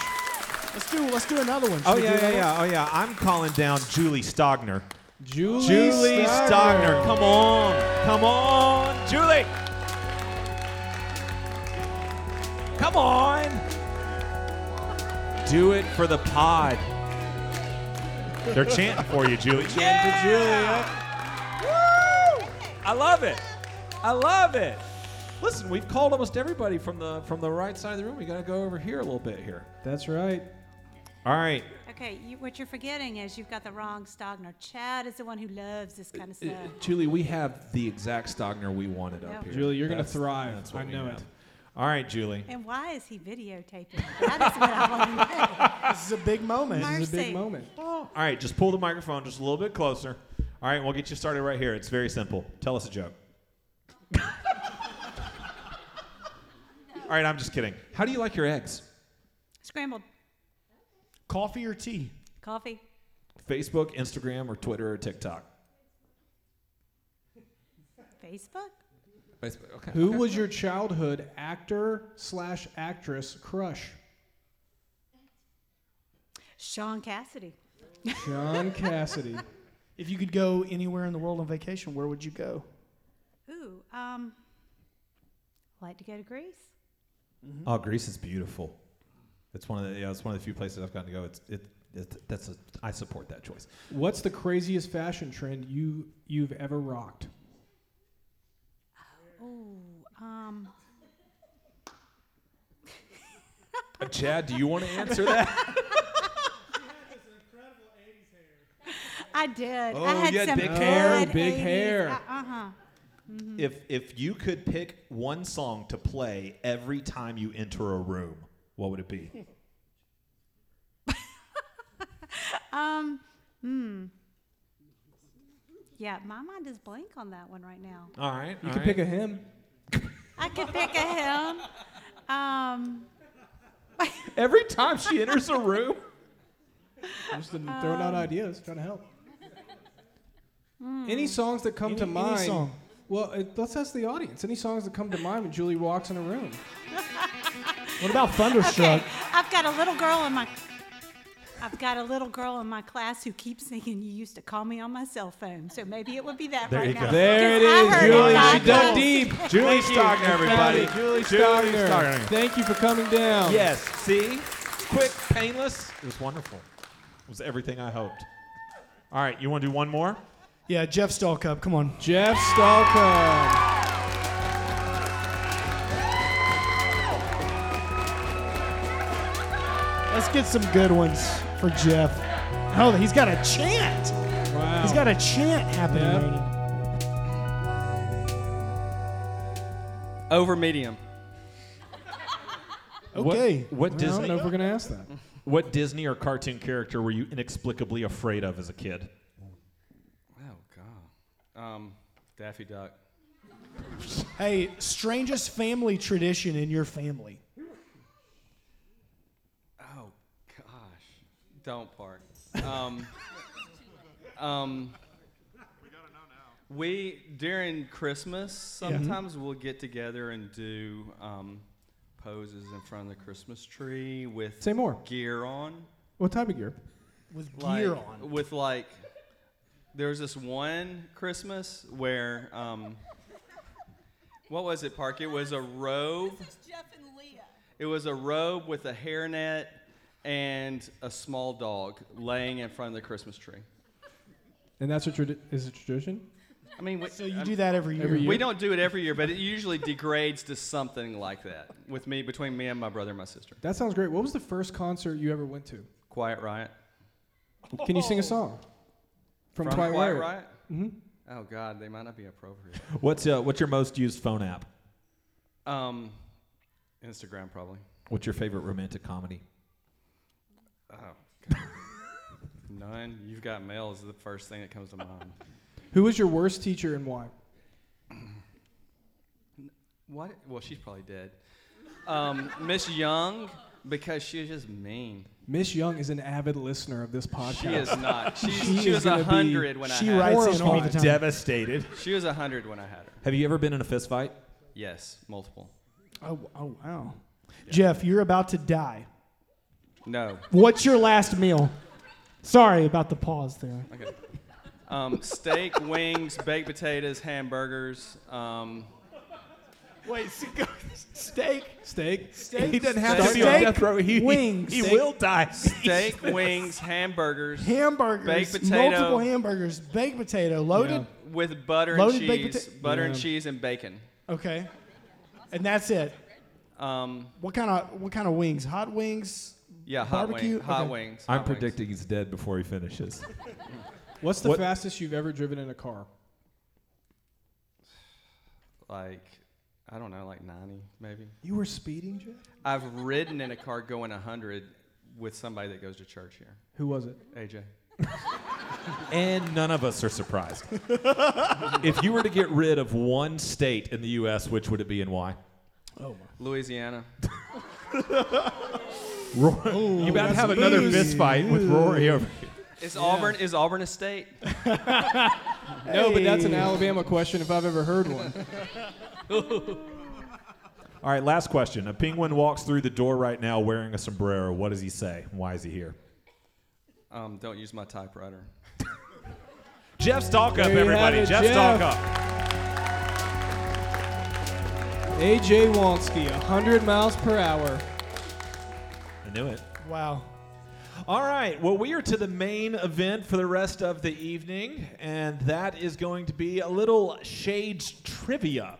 Speaker 1: Let's do let's do another one.
Speaker 2: Oh
Speaker 1: Should we
Speaker 2: yeah,
Speaker 1: do
Speaker 2: yeah,
Speaker 1: another
Speaker 2: yeah. Oh yeah. I'm calling down Julie Stogner.
Speaker 3: Julie,
Speaker 2: Julie
Speaker 3: Steiner.
Speaker 2: Stogner, come on, come on, Julie. Come on. Do it for the pod. They're chanting for you, Julie. Yeah! Woo! I love it. I love it. Listen, we've called almost everybody from the from the right side of the room. We got to go over here a little bit here.
Speaker 3: That's right.
Speaker 2: All right.
Speaker 8: Okay, you, what you're forgetting is you've got the wrong Stogner. Chad is the one who loves this kind of
Speaker 2: Uh,
Speaker 8: stuff.
Speaker 2: Julie, we have the exact Stogner we wanted
Speaker 8: Yeah.
Speaker 2: up here.
Speaker 3: Julie, you're gonna
Speaker 2: That's-
Speaker 3: thrive.
Speaker 2: that's what
Speaker 3: I
Speaker 2: we
Speaker 3: know
Speaker 2: have.
Speaker 3: it.
Speaker 2: All right, Julie.
Speaker 8: And why is he videotaping? That is what I want to know.
Speaker 1: one? This is a big moment.
Speaker 8: Mar-
Speaker 3: This is a
Speaker 8: Mercy.
Speaker 3: big moment.
Speaker 2: All right, just pull the microphone just a little bit closer. All right, we'll get you started right here. It's very simple. Tell us a joke. All right, I'm just kidding. How do you like your eggs?
Speaker 8: Scrambled
Speaker 1: Coffee or tea?
Speaker 8: coffee.
Speaker 2: Facebook, Instagram, or Twitter or TikTok?
Speaker 8: Facebook?
Speaker 2: I sp- Okay.
Speaker 3: Who
Speaker 2: okay.
Speaker 3: was your childhood actor slash actress crush?
Speaker 8: Sean Cassidy.
Speaker 3: John Cassidy.
Speaker 1: If you could go anywhere in the world on vacation, where would you go?
Speaker 8: Ooh, um, like to go to Greece.
Speaker 2: Oh, Greece is beautiful. It's one of the yeah, it's one of the few places I've gotten to go. It's it, it that's a, I support that choice.
Speaker 3: What's the craziest fashion trend you you've ever rocked?
Speaker 8: Ooh, um,
Speaker 2: Uh, Chad, do you want to answer that?
Speaker 8: I did.
Speaker 2: Oh,
Speaker 8: I had
Speaker 2: you had
Speaker 8: some
Speaker 2: big
Speaker 8: good Mm-hmm.
Speaker 2: hair,
Speaker 3: big hair.
Speaker 8: Uh huh.
Speaker 2: if if you could pick one song to play every time you enter a room, what would it be?
Speaker 8: Um, hmm. Yeah, my mind is blank on that one right now.
Speaker 2: All right.
Speaker 3: You could pick a hymn.
Speaker 8: I could pick a hymn. Um,
Speaker 2: every time she enters a room.
Speaker 3: I'm just throwing
Speaker 8: Um,
Speaker 3: out ideas, trying to help.
Speaker 7: hmm.
Speaker 8: hmm.
Speaker 3: Any songs that come
Speaker 1: Any-
Speaker 3: to
Speaker 1: any
Speaker 3: mind?
Speaker 1: song.
Speaker 3: Well, uh, let's ask the audience. Any songs that come to mind when Julie walks in a room?
Speaker 1: What about Thunderstruck?
Speaker 8: okay, I've got a little girl in my. I've got a little girl in my class who keeps singing. You used to call me on my cell phone, so maybe it would be that
Speaker 2: There
Speaker 8: right
Speaker 2: you
Speaker 8: now.
Speaker 2: go.
Speaker 3: There it
Speaker 8: 'Cause
Speaker 3: is,
Speaker 8: I heard
Speaker 3: Julie.
Speaker 8: it
Speaker 3: She
Speaker 8: five
Speaker 3: dug
Speaker 8: times.
Speaker 3: deep.
Speaker 2: Julie
Speaker 3: Thank you.
Speaker 2: Stockner,
Speaker 3: You found
Speaker 2: everybody.
Speaker 3: it. Julie
Speaker 2: Julie
Speaker 3: Stockner.
Speaker 2: Stockner.
Speaker 3: Thank you for coming down.
Speaker 2: Yes. See? It's quick, painless. It was wonderful. It was everything I hoped. All right, you want to do one more?
Speaker 1: yeah, Jeff Stallcup. Come on.
Speaker 3: Jeff Stalkum.
Speaker 1: Let's get some good ones for Jeff. Oh, he's got a chant.
Speaker 3: Wow.
Speaker 1: He's got a chant happening.
Speaker 3: Yeah.
Speaker 1: right now.
Speaker 5: Over medium.
Speaker 1: Okay.
Speaker 2: What,
Speaker 3: Well, I
Speaker 2: Disney?
Speaker 3: don't know if we're gonna ask that.
Speaker 2: What Disney or cartoon character were you inexplicably afraid of as a kid?
Speaker 5: Oh god. Um, Daffy Duck.
Speaker 1: Hey, strangest family tradition in your family.
Speaker 5: Oh gosh. Don't park. Um, um, we during Christmas
Speaker 3: Mm-hmm.
Speaker 5: sometimes we'll get together and do um, poses in front of the Christmas tree with
Speaker 3: Say more.
Speaker 5: gear on.
Speaker 3: What type of gear?
Speaker 1: With
Speaker 5: like,
Speaker 1: gear on.
Speaker 5: With like, there was this one Christmas where, um, what was it, Park? It was a robe. This is Jeff and Leah. It was a robe with a hairnet and a small dog laying in front of the Christmas tree.
Speaker 3: And that's a tradi- is a tradition.
Speaker 5: I mean, we,
Speaker 1: So you
Speaker 5: I-
Speaker 1: do that every year.
Speaker 3: Every year.
Speaker 5: we don't do it every year, but it usually degrades to something like that with me, between me and my brother and my sister.
Speaker 3: That sounds great. What was the first concert you ever went to?
Speaker 5: Quiet Riot.
Speaker 3: Can you sing
Speaker 1: Oh.
Speaker 3: a song from,
Speaker 5: From
Speaker 3: Twilight?
Speaker 5: Quiet
Speaker 3: Riot?
Speaker 5: Riot? Mm-hmm. Oh, God, they might not be appropriate.
Speaker 2: What's, uh, what's your most used phone app?
Speaker 5: Um, Instagram probably.
Speaker 2: What's your favorite romantic comedy?
Speaker 5: Oh, none. You've got mail is the first thing that comes to mind.
Speaker 3: Who was your worst teacher and why?
Speaker 5: What? Well, she's probably dead. Um, Miss Young, because she was just mean.
Speaker 3: Miss Young is an avid listener of this podcast.
Speaker 5: She is not. She's,
Speaker 3: She
Speaker 5: she,
Speaker 3: is
Speaker 5: was
Speaker 3: gonna be-
Speaker 5: a hundred when I
Speaker 1: she
Speaker 5: had
Speaker 1: writes
Speaker 5: her.
Speaker 1: in all the time.
Speaker 2: Devastated.
Speaker 5: She was a hundred when I had her.
Speaker 2: Have you ever been in a fist fight?
Speaker 5: Yes, multiple.
Speaker 1: Oh, oh wow. Jeff, you're about to die.
Speaker 5: No.
Speaker 1: What's your last meal? Sorry about the pause there.
Speaker 5: Okay. Um, steak, wings, baked potatoes, hamburgers. Um,
Speaker 1: Wait, steak,
Speaker 3: Steak.
Speaker 1: steak.
Speaker 5: have to be on
Speaker 1: death row. He- wings. he will
Speaker 2: die.
Speaker 5: steak, wings, hamburgers
Speaker 1: hamburgers,
Speaker 5: Baked potato.
Speaker 1: multiple hamburgers, baked potato, loaded.
Speaker 5: with butter and
Speaker 1: Loaded baked
Speaker 5: cheese,
Speaker 1: pota-
Speaker 5: butter and
Speaker 3: Yeah.
Speaker 5: cheese and bacon.
Speaker 1: Okay, and that's it.
Speaker 5: Um,
Speaker 1: What kind of what kind of wings? Hot wings.
Speaker 5: yeah, hot,
Speaker 1: Barbecue?
Speaker 5: wing, hot
Speaker 1: Okay.
Speaker 5: wings.
Speaker 2: I'm
Speaker 5: hot wings.
Speaker 2: predicting he's dead before he finishes.
Speaker 3: What's the
Speaker 2: What-
Speaker 3: fastest you've ever driven in a car?
Speaker 5: like I don't know, like 90 maybe.
Speaker 3: You were speeding, Jeff.
Speaker 5: I've ridden in a car going 100 with somebody that goes to church here.
Speaker 3: Who was it?
Speaker 5: AJ.
Speaker 2: and none of us are surprised. if you were to get rid of one state in the U.S., which would it be and why?
Speaker 5: Louisiana.
Speaker 2: Roy, you about to have another fist fight with Rory over here.
Speaker 5: Is Auburn is Auburn a state?
Speaker 3: No, but that's an Alabama question if I've ever heard one.
Speaker 2: All right, last question. A penguin walks through the door right now wearing a sombrero. What does he say? Why is he here?
Speaker 5: Um, don't use my typewriter.
Speaker 2: Jeff Stalkup,
Speaker 3: There you
Speaker 2: everybody.
Speaker 3: have it,
Speaker 2: Jeff
Speaker 3: Jeff.
Speaker 2: Stalkup.
Speaker 3: AJ Wonsky, 100 miles per hour.
Speaker 2: I knew it.
Speaker 1: Wow.
Speaker 2: All right. Well, we are to the main event for the rest of the evening, and that is going to be a little shades trivia.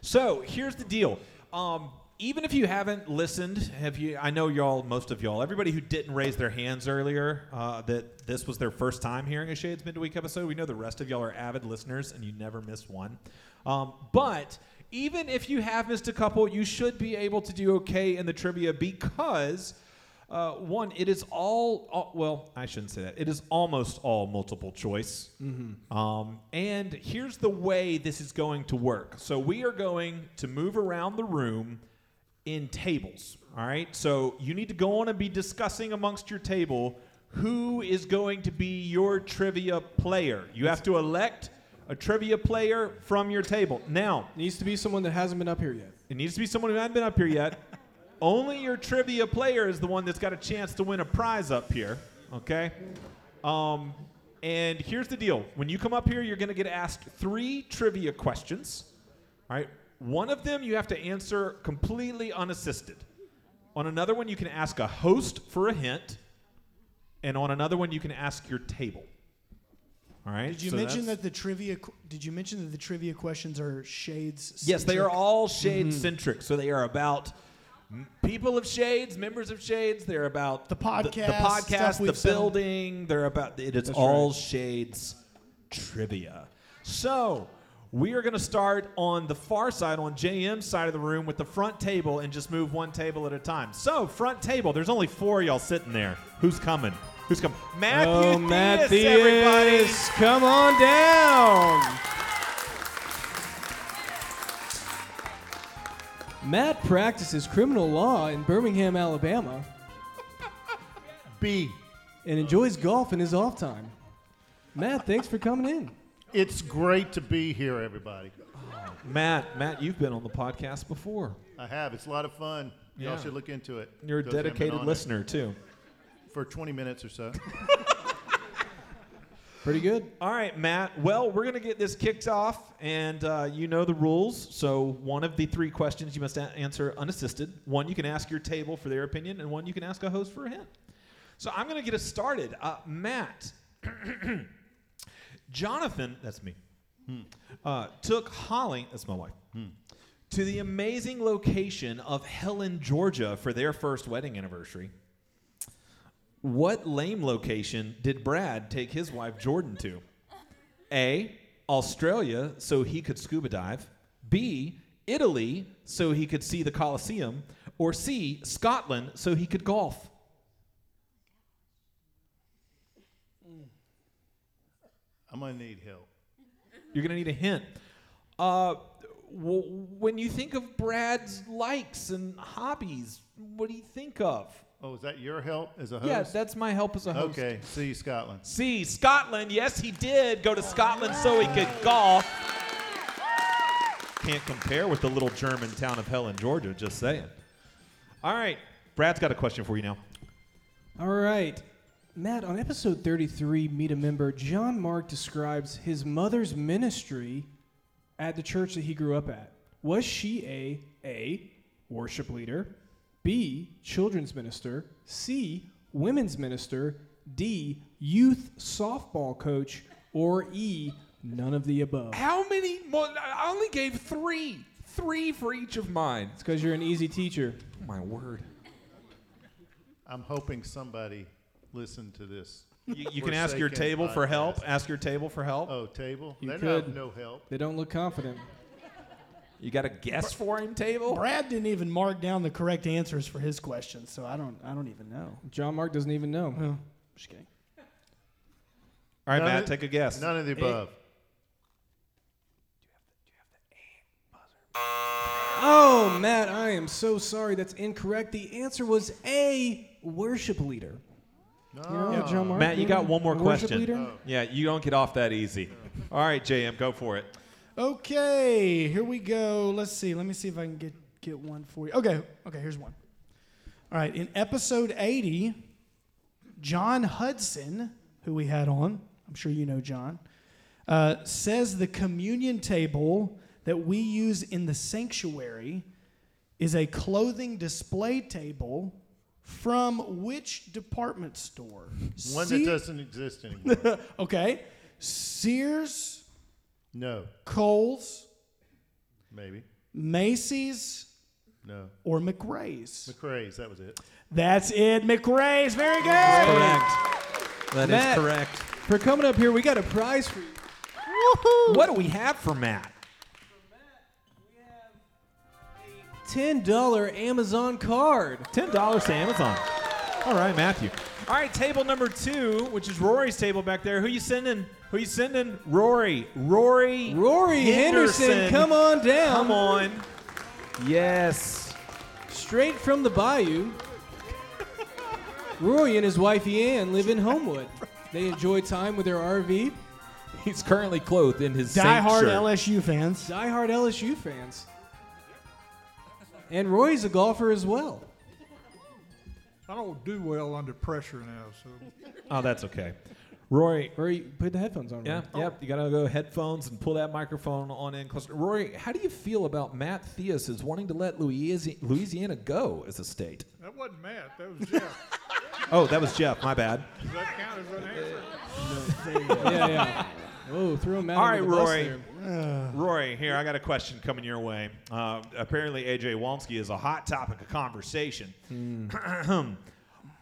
Speaker 2: So here's the deal. Um, even if you haven't listened, have you? I know y'all, most of y'all, everybody who didn't raise their hands earlier, uh, that this was their first time hearing a Shades Midweek episode. We know the rest of y'all are avid listeners, and you never miss one. Um, but even if you have missed a couple, you should be able to do okay in the trivia because uh, one, it is all, all- well, I shouldn't say that. It is almost all multiple choice. Um, and here's the way this is going to work. So we are going to move around the room in tables. All right. So you need to go on and be discussing amongst your table who is going to be your trivia player. You have to elect a trivia player from your table. Now,
Speaker 3: Needs to be someone that hasn't been up here yet.
Speaker 2: it needs to be someone who hasn't been up here yet. Only your trivia player is the one that's got a chance to win a prize up here. Okay? Um, and here's the deal when you come up here, you're going to get asked three trivia questions. All right? One of them you have to answer completely unassisted. On another one, you can ask a host for a hint. And on another one, you can ask your table. All right?
Speaker 1: Did you
Speaker 2: so
Speaker 1: mention
Speaker 2: that's-
Speaker 1: that the trivia? qu- Did you mention that the trivia questions are shades?
Speaker 2: Yes, they are
Speaker 1: centric? Mm-hmm.
Speaker 2: all shade
Speaker 3: Mm-hmm.
Speaker 2: centric. So they are about m- people of shades, members of shades. They're about
Speaker 1: The
Speaker 2: the,
Speaker 1: podcast,
Speaker 2: podcast,
Speaker 1: stuff we've
Speaker 2: the
Speaker 1: done.
Speaker 2: building. They're about it is all shades trivia. So we are going to start on the far side, on JM's side of the room, with the front table, and just move one table at a time. So front table, there's only four of y'all sitting there. Who's coming? Who's coming? Matthew
Speaker 3: oh,
Speaker 2: Theus,
Speaker 3: Matthews,
Speaker 2: everybody.
Speaker 3: come on down. Matt practices criminal law in Birmingham, Alabama,
Speaker 9: B.
Speaker 3: and enjoys golf in his off time. Matt, thanks for coming in.
Speaker 9: It's great to be here, everybody.
Speaker 2: Matt, Matt, you've been on the podcast before.
Speaker 9: I have. It's a lot of fun.
Speaker 2: Yeah.
Speaker 9: Y'all should look into it.
Speaker 2: You're a
Speaker 9: Those who haven't been
Speaker 2: dedicated
Speaker 9: on it
Speaker 2: listener too.
Speaker 9: For 20 minutes or so.
Speaker 3: Pretty good.
Speaker 2: All right, Matt. Well, we're gonna get this kicked off, and uh, you know the rules. So one of the three questions you must a- answer unassisted. One you can ask your table for their opinion, and one you can ask a host for a hint. So I'm gonna get us started. Uh, Matt, Jonathan, that's me. Uh, took Holly, that's my wife, to the amazing location of Helen, Georgia, for their first wedding anniversary. What lame location did Brad take his wife Jordan to? A. Australia so he could scuba dive. B. Italy so he could see the Colosseum. Or C. Scotland so he could golf.
Speaker 9: Mm. I'm going to need help.
Speaker 2: You're going to need a hint. Uh, w- when you think of Brad's likes and hobbies, what do you think of?
Speaker 9: Oh, is that your help as a host?
Speaker 2: Yeah, that's my help as a host.
Speaker 9: Okay, see you, Scotland.
Speaker 2: C. Scotland. Yes, he did go to Scotland so he could golf. Can't compare with the little German town of Helen, Georgia, just saying. All right, Brad's got a question for you now.
Speaker 3: All right. Matt, on episode 33, Meet a Member, John Mark describes his mother's ministry at the church that he grew up at. Was she a A, worship leader, B, children's minister, C, women's minister, D, youth softball coach, or E, none of the above?
Speaker 2: How many more? I only gave three. Three for each of mine.
Speaker 3: It's because you're an easy teacher.
Speaker 2: Oh, my word.
Speaker 9: I'm hoping somebody listened to this.
Speaker 2: You, you can ask your
Speaker 9: Forsaken
Speaker 2: table for help.
Speaker 9: podcast.
Speaker 2: Ask your table for help.
Speaker 9: Oh, table?
Speaker 3: You
Speaker 9: They're
Speaker 3: could.
Speaker 9: not no help.
Speaker 3: They don't look confident.
Speaker 2: You got a guess for him, table?
Speaker 1: Brad didn't even mark down the correct answers for his questions, so I don't. I don't even know.
Speaker 3: John Mark doesn't even know.
Speaker 1: Oh, just kidding.
Speaker 2: All right,
Speaker 9: None
Speaker 2: Matt,
Speaker 9: of-
Speaker 2: take a guess.
Speaker 9: None of the above.
Speaker 3: Oh, Matt, I am so sorry. That's incorrect. The answer was A, worship leader.
Speaker 9: No.
Speaker 3: You know, John Mark
Speaker 2: Matt, you
Speaker 3: being
Speaker 2: got one more
Speaker 3: a worship
Speaker 2: question.
Speaker 3: leader?
Speaker 2: Yeah, you don't get off that easy. All right, JM, go for it.
Speaker 1: Okay, here we go. Let's see. Let me see if I can get, get one for you. Okay, okay, here's one. All right, in episode 80, John Hudson, who we had on, I'm sure you know John, uh, says the communion table that we use in the sanctuary is a clothing display table from which department store?
Speaker 9: One
Speaker 1: Se-
Speaker 9: that doesn't exist anymore.
Speaker 1: Okay, Sears,
Speaker 9: no,
Speaker 1: Kohl's,
Speaker 9: maybe.
Speaker 1: Macy's,
Speaker 9: No.
Speaker 1: or McRae's.
Speaker 9: McCrae's, that was it.
Speaker 1: That's it, McRae's. Very good.
Speaker 2: Correct. That is
Speaker 3: Matt.
Speaker 2: correct.
Speaker 3: For coming up here, we got a prize for you.
Speaker 2: What do we have for Matt?
Speaker 3: $10 Amazon card.
Speaker 2: Ten dollars to Amazon. All right, Matthew. All right, table number two, which is Rory's table back there. Who you sending? Who you sending? Rory. Rory.
Speaker 3: Rory Henderson, come on down.
Speaker 2: Come on. Yes.
Speaker 3: Straight from the bayou, Rory and his wife Ian live in Homewood. They enjoy time with their RV.
Speaker 2: He's currently clothed in his
Speaker 1: Die
Speaker 2: Saint
Speaker 1: hard
Speaker 2: shirt.
Speaker 1: LSU fans.
Speaker 3: Diehard LSU fans. And Rory's a golfer as well.
Speaker 10: I don't do well under pressure now, so.
Speaker 2: Oh, that's okay. Rory.
Speaker 3: Rory, put the headphones on.
Speaker 2: Yeah,
Speaker 3: Rory.
Speaker 2: yep. You gotta go headphones and pull that microphone on in closer. Rory, how do you feel about Matt Theus is wanting to let Louisiana, Louisiana go as a state?
Speaker 10: That wasn't Matt, that was Jeff.
Speaker 2: Oh, that was Jeff. My bad.
Speaker 10: Does that count as an answer?
Speaker 3: Yeah, yeah. Oh, threw him out.
Speaker 2: All right,
Speaker 3: under the bus
Speaker 2: Rory.
Speaker 3: there.
Speaker 2: Rory, here, I got a question coming your way. Uh, apparently, AJ Walmsky is a hot topic of conversation. Hmm.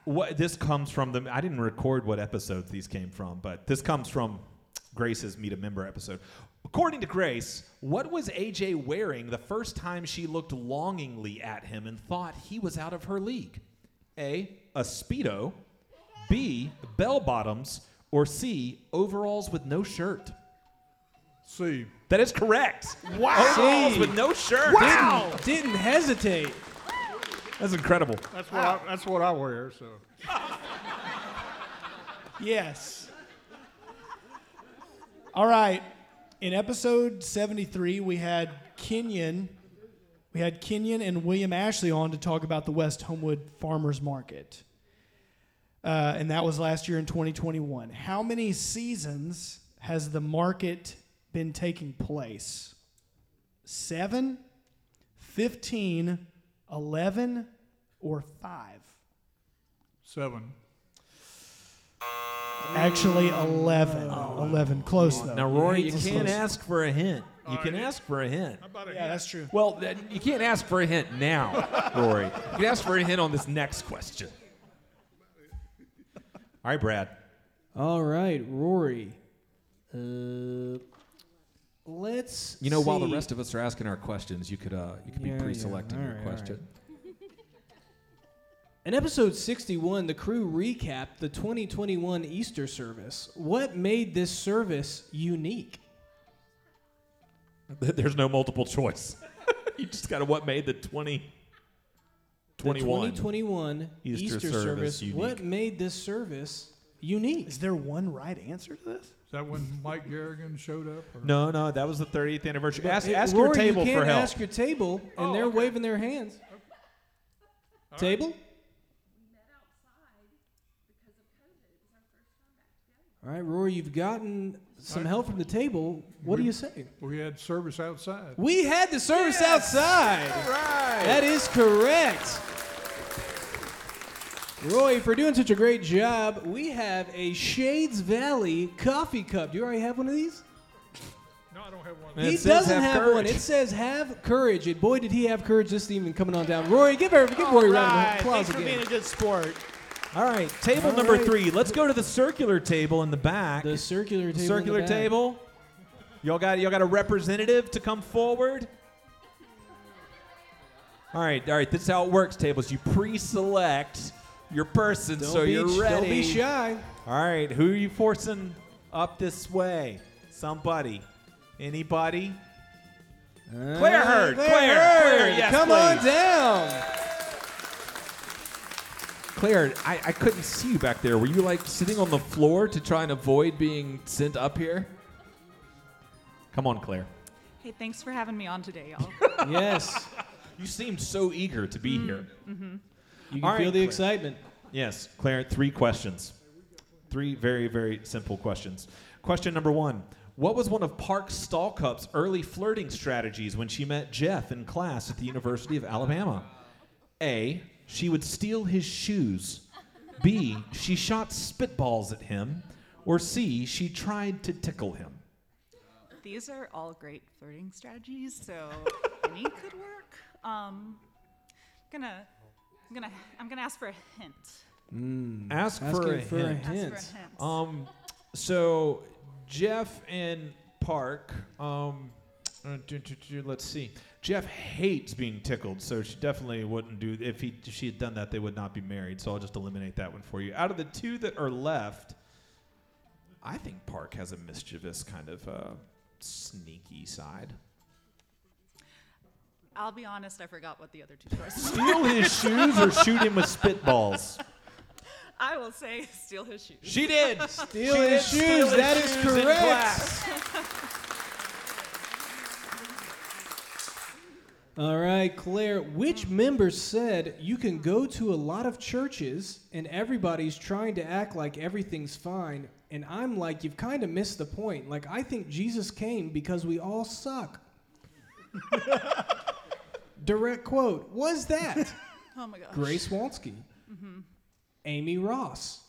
Speaker 2: what This comes from the, I didn't record what episodes these came from, but this comes from Grace's Meet a Member episode. According to Grace, what was AJ wearing the first time she looked longingly at him and thought he was out of her league? A, a Speedo, B, bell bottoms, or C, overalls with no shirt?
Speaker 10: See,
Speaker 2: That is correct. Wow. Overalls with no shirt.
Speaker 3: Didn't, didn't hesitate.
Speaker 2: That's incredible.
Speaker 10: that's what, I, that's what I wear, so.
Speaker 1: Yes. All right. In episode 73, we had Kenyon. We had Kenyon and William Ashley on to talk about the West Homewood Farmers Market. Uh, and that was last year in 2021. How many seasons has the market been taking place? Seven, 15, 11, or five?
Speaker 10: Seven.
Speaker 1: Actually, 11. 11. Close, though.
Speaker 2: Now, Rory, you
Speaker 1: It's
Speaker 2: can't
Speaker 1: close.
Speaker 2: ask for a hint. You can ask for a hint.
Speaker 10: How about a
Speaker 1: Yeah, that's true.
Speaker 2: Well, th- you can't ask for a hint now, Rory. You can ask for a hint on this next question. All right, Brad.
Speaker 3: All right, Rory. Uh, let's.
Speaker 2: You know, while the
Speaker 3: see.
Speaker 2: rest of us are asking our questions, you could uh, you could
Speaker 3: Yeah,
Speaker 2: be
Speaker 3: yeah.
Speaker 2: pre-selecting
Speaker 3: All
Speaker 2: your
Speaker 3: right, all
Speaker 2: question.
Speaker 3: In episode 61, the crew recapped the 2021 Easter service. What made this service unique?
Speaker 2: There's no multiple choice. you just got to what made the 20,
Speaker 3: The
Speaker 2: 21.
Speaker 3: 2021
Speaker 2: Easter
Speaker 3: Easter,
Speaker 2: service
Speaker 3: service.
Speaker 2: unique.
Speaker 3: What made this service unique?
Speaker 1: Is there one right answer to this?
Speaker 10: Is that when Mike Garrigan showed up? or-
Speaker 2: No, no, that was the 30th anniversary. Ask,
Speaker 3: Hey,
Speaker 2: ask
Speaker 3: Rory,
Speaker 2: your table
Speaker 3: you can't
Speaker 2: for help.
Speaker 3: Ask your table, and they're waving their hands. Table. All right, Rory, you've gotten some help from the table. What do you say?
Speaker 10: We had service outside.
Speaker 3: We had the service outside. That is correct. Roy, for doing such a great job, we have a Shades Valley coffee cup. Do you already have one of these?
Speaker 10: No, I don't have one.
Speaker 2: It
Speaker 3: he
Speaker 2: says
Speaker 3: doesn't
Speaker 2: have
Speaker 3: have, one.
Speaker 2: courage.
Speaker 3: It says have courage. And boy, did he have courage this evening coming on down. Roy, give, her, give Roy a round of applause
Speaker 1: Thanks for
Speaker 3: again.
Speaker 1: being a good sport.
Speaker 2: All right, table
Speaker 3: All
Speaker 2: number
Speaker 3: right.
Speaker 2: three. Let's go to the circular table in the back.
Speaker 3: the circular table. in the
Speaker 2: circular
Speaker 3: back.
Speaker 2: table. Y'all got y'all got a representative to come forward. All right, all right. This is how it works. Tables. You pre-select your person,
Speaker 3: Don't
Speaker 2: so
Speaker 3: be,
Speaker 2: you're ready.
Speaker 3: Don't be shy.
Speaker 2: All right, who are you forcing up this way? Somebody, anybody?
Speaker 3: Uh,
Speaker 2: Claire Hurd.
Speaker 3: Claire,
Speaker 2: Claire.
Speaker 3: Hurd,
Speaker 2: Claire, yes,
Speaker 3: come
Speaker 2: please.
Speaker 3: on down.
Speaker 2: Claire, I, I couldn't see you back there. Were you like sitting on the floor to try and avoid being sent up here? Come on, Claire.
Speaker 8: Hey, thanks for having me on today, y'all.
Speaker 3: Yes.
Speaker 2: You seemed so eager to be here.
Speaker 8: mm-hmm.
Speaker 3: You can
Speaker 2: All right,
Speaker 3: feel the
Speaker 2: Claire.
Speaker 3: excitement.
Speaker 2: Yes, Claire, three questions. Three very, very simple questions. Question number one What was one of Park Stallcup's early flirting strategies when she met Jeff in class at the University of Alabama? A. She would steal his shoes. B. She shot spitballs at him. Or C. She tried to tickle him.
Speaker 8: These are all great flirting strategies, so any could work. Um, I'm gonna, I'm gonna, I'm gonna ask for a hint.
Speaker 2: Ask,
Speaker 3: Ask
Speaker 2: for,
Speaker 3: him
Speaker 2: a
Speaker 3: for a
Speaker 2: hint.
Speaker 8: Ask for a
Speaker 3: hint.
Speaker 8: hint.
Speaker 2: Um, so Jeff and Park, um, uh, do- do- do- let's see. Jeff hates being tickled, so she definitely wouldn't do. If he if she had done that, they would not be married. So I'll just eliminate that one for you. Out of the two that are left, I think Park has a mischievous kind of uh, sneaky side.
Speaker 8: I'll be honest, I forgot what the other two choices. were.
Speaker 2: Steal his shoes or shoot him with spitballs.
Speaker 8: I will say, steal his shoes.
Speaker 2: She did.
Speaker 3: Steal
Speaker 2: She did
Speaker 3: his
Speaker 2: steal
Speaker 3: shoes.
Speaker 2: his
Speaker 3: That is
Speaker 2: shoes in
Speaker 3: correct.
Speaker 2: class.
Speaker 3: All right, Claire. Which member said you can go to a lot of churches and everybody's trying to act like everything's fine, and I'm like, you've kind of missed the point. Like, I think Jesus came because we all suck. Direct quote. Was that
Speaker 8: Oh my gosh. Mm-hmm.
Speaker 3: Grace Walsky, Amy Ross,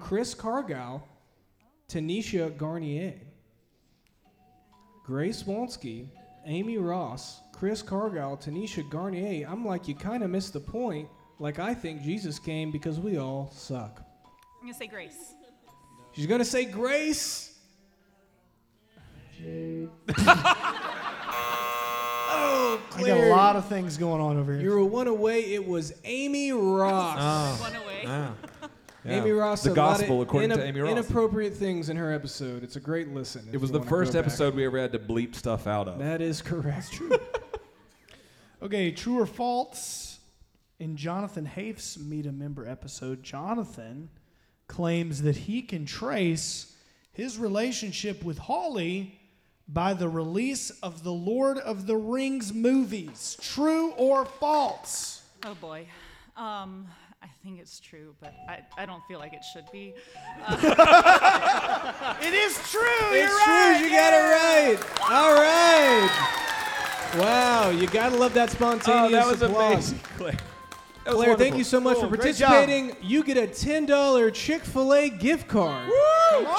Speaker 3: Chris Cargill, Tanisha Garnier. Grace Walsky, Amy Ross, Chris Cargill, Tanisha Garnier. I'm like, you kind of missed the point. Like, I think Jesus came because we all suck.
Speaker 8: I'm gonna say Grace.
Speaker 3: She's going to say Grace. oh,
Speaker 1: I got
Speaker 3: Claire.
Speaker 1: a lot of things going on over
Speaker 3: You
Speaker 1: here.
Speaker 3: were one away. It was Amy Ross.
Speaker 8: One away.
Speaker 2: Oh. Yeah.
Speaker 3: Amy
Speaker 2: Yeah.
Speaker 3: Ross.
Speaker 2: The
Speaker 3: said a lot
Speaker 2: gospel
Speaker 3: of
Speaker 2: according to
Speaker 3: inap-
Speaker 2: Amy Ross.
Speaker 3: Inappropriate things in her episode. It's a great listen.
Speaker 2: It was the first episode we ever had to bleep stuff out of.
Speaker 3: That is correct.
Speaker 1: Okay, true or false? In Jonathan Hafe's Meet a Member episode, Jonathan claims that he can trace his relationship with Holly by the release of the Lord of the Rings movies. True or false?
Speaker 8: Oh boy. Um, I think it's true, but I, I don't feel like it should be. Uh,
Speaker 1: It is true.
Speaker 3: It's true. You got it right. All right. Wow, you gotta love that
Speaker 2: Oh,
Speaker 3: spontaneous
Speaker 2: that was
Speaker 3: applause.
Speaker 2: amazing, Claire. That was
Speaker 3: Claire, thank
Speaker 2: wonderful.
Speaker 3: you so much
Speaker 1: Cool,
Speaker 3: for
Speaker 1: great job.
Speaker 3: participating. You get a ten dollar Chick Fil A gift card.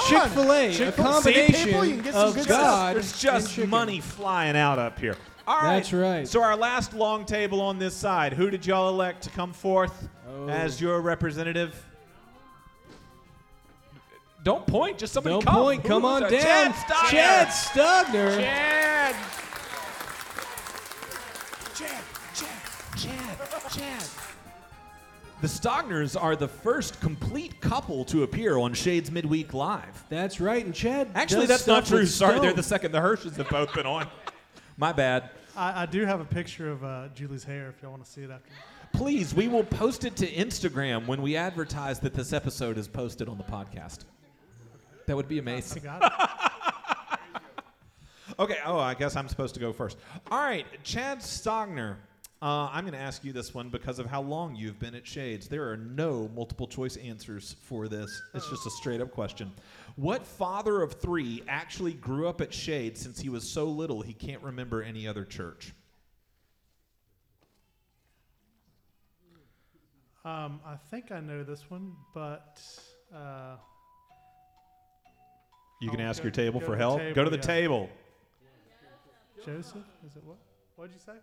Speaker 3: Chick Fil A, a
Speaker 1: See, people, you can
Speaker 3: combination
Speaker 1: get some
Speaker 3: of
Speaker 1: good
Speaker 3: God
Speaker 2: There's
Speaker 3: and
Speaker 2: just
Speaker 3: chicken.
Speaker 2: money flying out up here. All right.
Speaker 3: That's right.
Speaker 2: So our last long table on this side. Who did y'all elect to come forth
Speaker 3: Oh.
Speaker 2: as your representative? Don't point. Just somebody
Speaker 3: No
Speaker 2: come.
Speaker 3: point. Come
Speaker 2: Who's that?
Speaker 3: on down,
Speaker 2: Chad Steyer.
Speaker 3: Chad Stubner.
Speaker 2: Chad. Chad. Chad. Chad. Chad. The Stogners are the first complete couple to appear on Shades Midweek Live.
Speaker 3: That's right, and Chad.
Speaker 2: Actually,
Speaker 3: does
Speaker 2: that's not
Speaker 3: stuff with
Speaker 2: true. Sorry, they're
Speaker 3: stone.
Speaker 2: the second. The Hershes have both been on. My bad.
Speaker 11: I, I do have a picture of uh, Julie's hair if y'all want to see it after.
Speaker 2: Please, we will post it to Instagram when we advertise that this episode is posted on the podcast. That would be
Speaker 11: I
Speaker 2: amazing.
Speaker 11: got it.
Speaker 2: Okay, oh, I guess I'm supposed to go first. All right, Chad Stogner. Uh, I'm going to ask you this one because of how long you've been at Shades. There are no multiple choice answers for this. It's just a straight up question. What father of three actually grew up at Shades since he was so little he can't remember any other church?
Speaker 11: Um, I think I know this one, but uh,
Speaker 2: You can
Speaker 11: I'll
Speaker 2: ask
Speaker 11: go-
Speaker 2: your table
Speaker 11: go
Speaker 2: for
Speaker 11: to the
Speaker 2: help. go
Speaker 11: table,
Speaker 2: to the
Speaker 11: yeah.
Speaker 2: table.
Speaker 11: Joseph is it what? What did you say?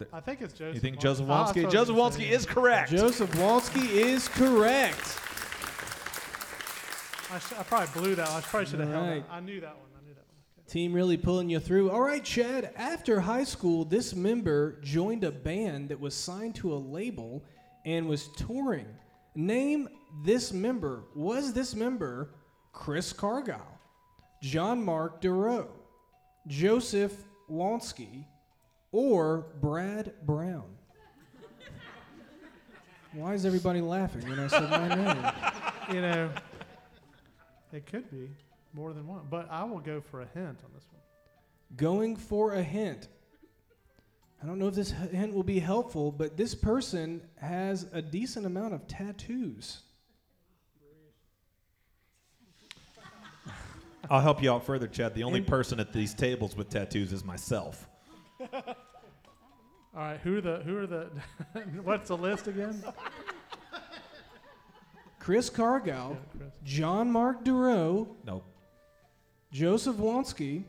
Speaker 2: The-
Speaker 11: I think it's Joseph.
Speaker 2: You think
Speaker 11: Wa-
Speaker 2: Joseph
Speaker 11: Oh, I
Speaker 2: Walski?
Speaker 11: thought you
Speaker 2: Joseph
Speaker 11: said-
Speaker 2: Walski is correct.
Speaker 3: Joseph Walsky is correct.
Speaker 11: I, sh- I probably blew that. one. I probably should have held.
Speaker 3: Right.
Speaker 11: That. I knew that one. I knew that one.
Speaker 3: Team really pulling you through. All right, Chad. After high school, this member joined a band that was signed to a label and was touring. Name this member. Was this member Chris Cargill, John Mark DeRoe, Joseph Walensky, or Brad Brown? Why is everybody laughing when I said my name?
Speaker 11: You know, it could be. more than one, but I will go for a hint on this one.
Speaker 3: Going for a hint. I don't know if this h- hint will be helpful, but this person has a decent amount of tattoos.
Speaker 2: I'll help you out further, Chad. The only person at these tables with tattoos is myself.
Speaker 11: All right, who are the who are the what's the list again?
Speaker 3: Chris Cargill,
Speaker 11: Yeah, Chris.
Speaker 3: John Mark Durow,
Speaker 2: No,
Speaker 3: Joseph Wonsky,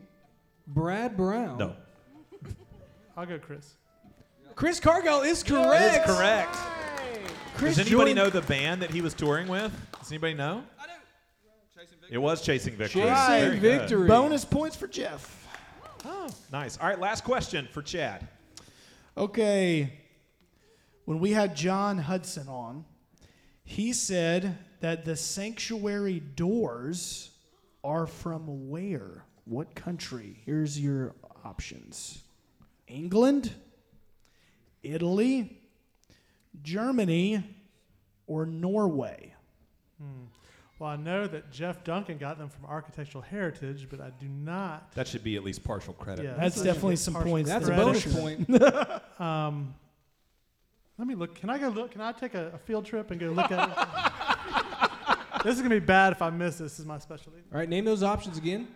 Speaker 3: Brad Brown.
Speaker 2: No.
Speaker 11: I'll go Chris.
Speaker 3: Chris Cargill is
Speaker 2: It's
Speaker 3: correct.
Speaker 2: correct.
Speaker 3: Chris
Speaker 2: Does anybody
Speaker 3: joined-
Speaker 2: know the band that he was touring with? Does anybody know? I know. It was Chasing Victory.
Speaker 3: Chasing
Speaker 2: Very good.
Speaker 3: Victory.
Speaker 1: Bonus points for Jeff.
Speaker 2: Oh, nice. All right, last question for Chad.
Speaker 1: Okay. When we had John Hudson on, he said that the sanctuary doors are from where? What country? Here's your options England, Italy, Germany, or Norway?
Speaker 11: Hmm. Well, I know that Jeff Duncan got them from Architectural Heritage, but I do not.
Speaker 2: That should be at least partial credit.
Speaker 11: Yeah,
Speaker 1: That's
Speaker 11: this is
Speaker 1: definitely
Speaker 11: just
Speaker 1: some
Speaker 11: partial
Speaker 1: points
Speaker 3: That's a
Speaker 1: there.
Speaker 3: bonus
Speaker 1: Sure.
Speaker 3: point.
Speaker 11: Um, let me look. Can I go look? Can I take a, a field trip and go look at? it? this is gonna be bad if I miss this. This is my specialty.
Speaker 3: All right, name those options again.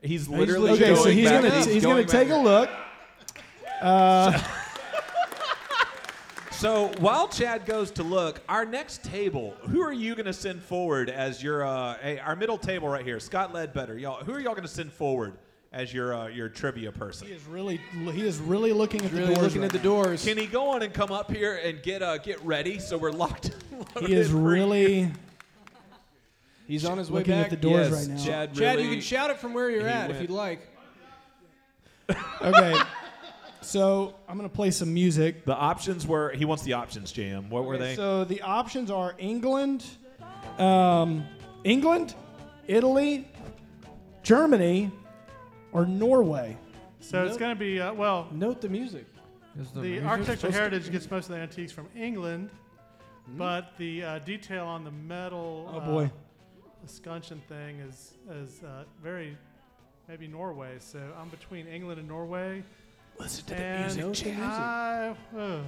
Speaker 2: He's
Speaker 3: he's
Speaker 2: literally
Speaker 3: legit-
Speaker 1: Okay, so
Speaker 2: going
Speaker 1: he's
Speaker 2: back
Speaker 1: gonna
Speaker 2: up.
Speaker 1: t- he's gonna
Speaker 5: going
Speaker 1: take a
Speaker 5: back.
Speaker 1: look. Uh,
Speaker 2: So while Chad goes to look, our next table, who are you going to send forward as your uh, hey, our middle table right here, Scott Ledbetter, y'all? Who are y'all going to send forward as your uh, your trivia person?
Speaker 1: He is really he is really looking at the
Speaker 3: Really
Speaker 1: doors.
Speaker 3: looking at the
Speaker 1: right
Speaker 3: doors.
Speaker 2: Can he go on and come up here and get uh, get ready so we're locked? and
Speaker 1: now. He is
Speaker 2: loaded for
Speaker 1: really
Speaker 3: He's on his way
Speaker 1: looking
Speaker 3: back.
Speaker 1: at the doors
Speaker 2: Yes,
Speaker 1: right now.
Speaker 2: Chad,
Speaker 3: Chad, you
Speaker 2: really-
Speaker 3: can shout it from where you're
Speaker 2: He
Speaker 3: at if
Speaker 2: went.
Speaker 3: you'd like.
Speaker 1: Okay. So I'm gonna play some music.
Speaker 2: The options were he wants the options, Jam. What were
Speaker 1: Okay,
Speaker 2: they?
Speaker 1: So the options are England, um, England, Italy, Germany, or Norway.
Speaker 11: So it's
Speaker 3: Nope.
Speaker 11: gonna be uh, well.
Speaker 3: Note the music.
Speaker 11: The architectural heritage gets most of the antiques from England,
Speaker 3: Hmm?
Speaker 11: but the uh, detail on the metal,
Speaker 1: Oh,
Speaker 11: uh,
Speaker 1: boy.
Speaker 11: the scuncheon thing is is uh, very maybe Norway. So I'm between England and Norway.
Speaker 1: Listen
Speaker 11: and
Speaker 3: music, Note the Chad. music.
Speaker 11: I- uh,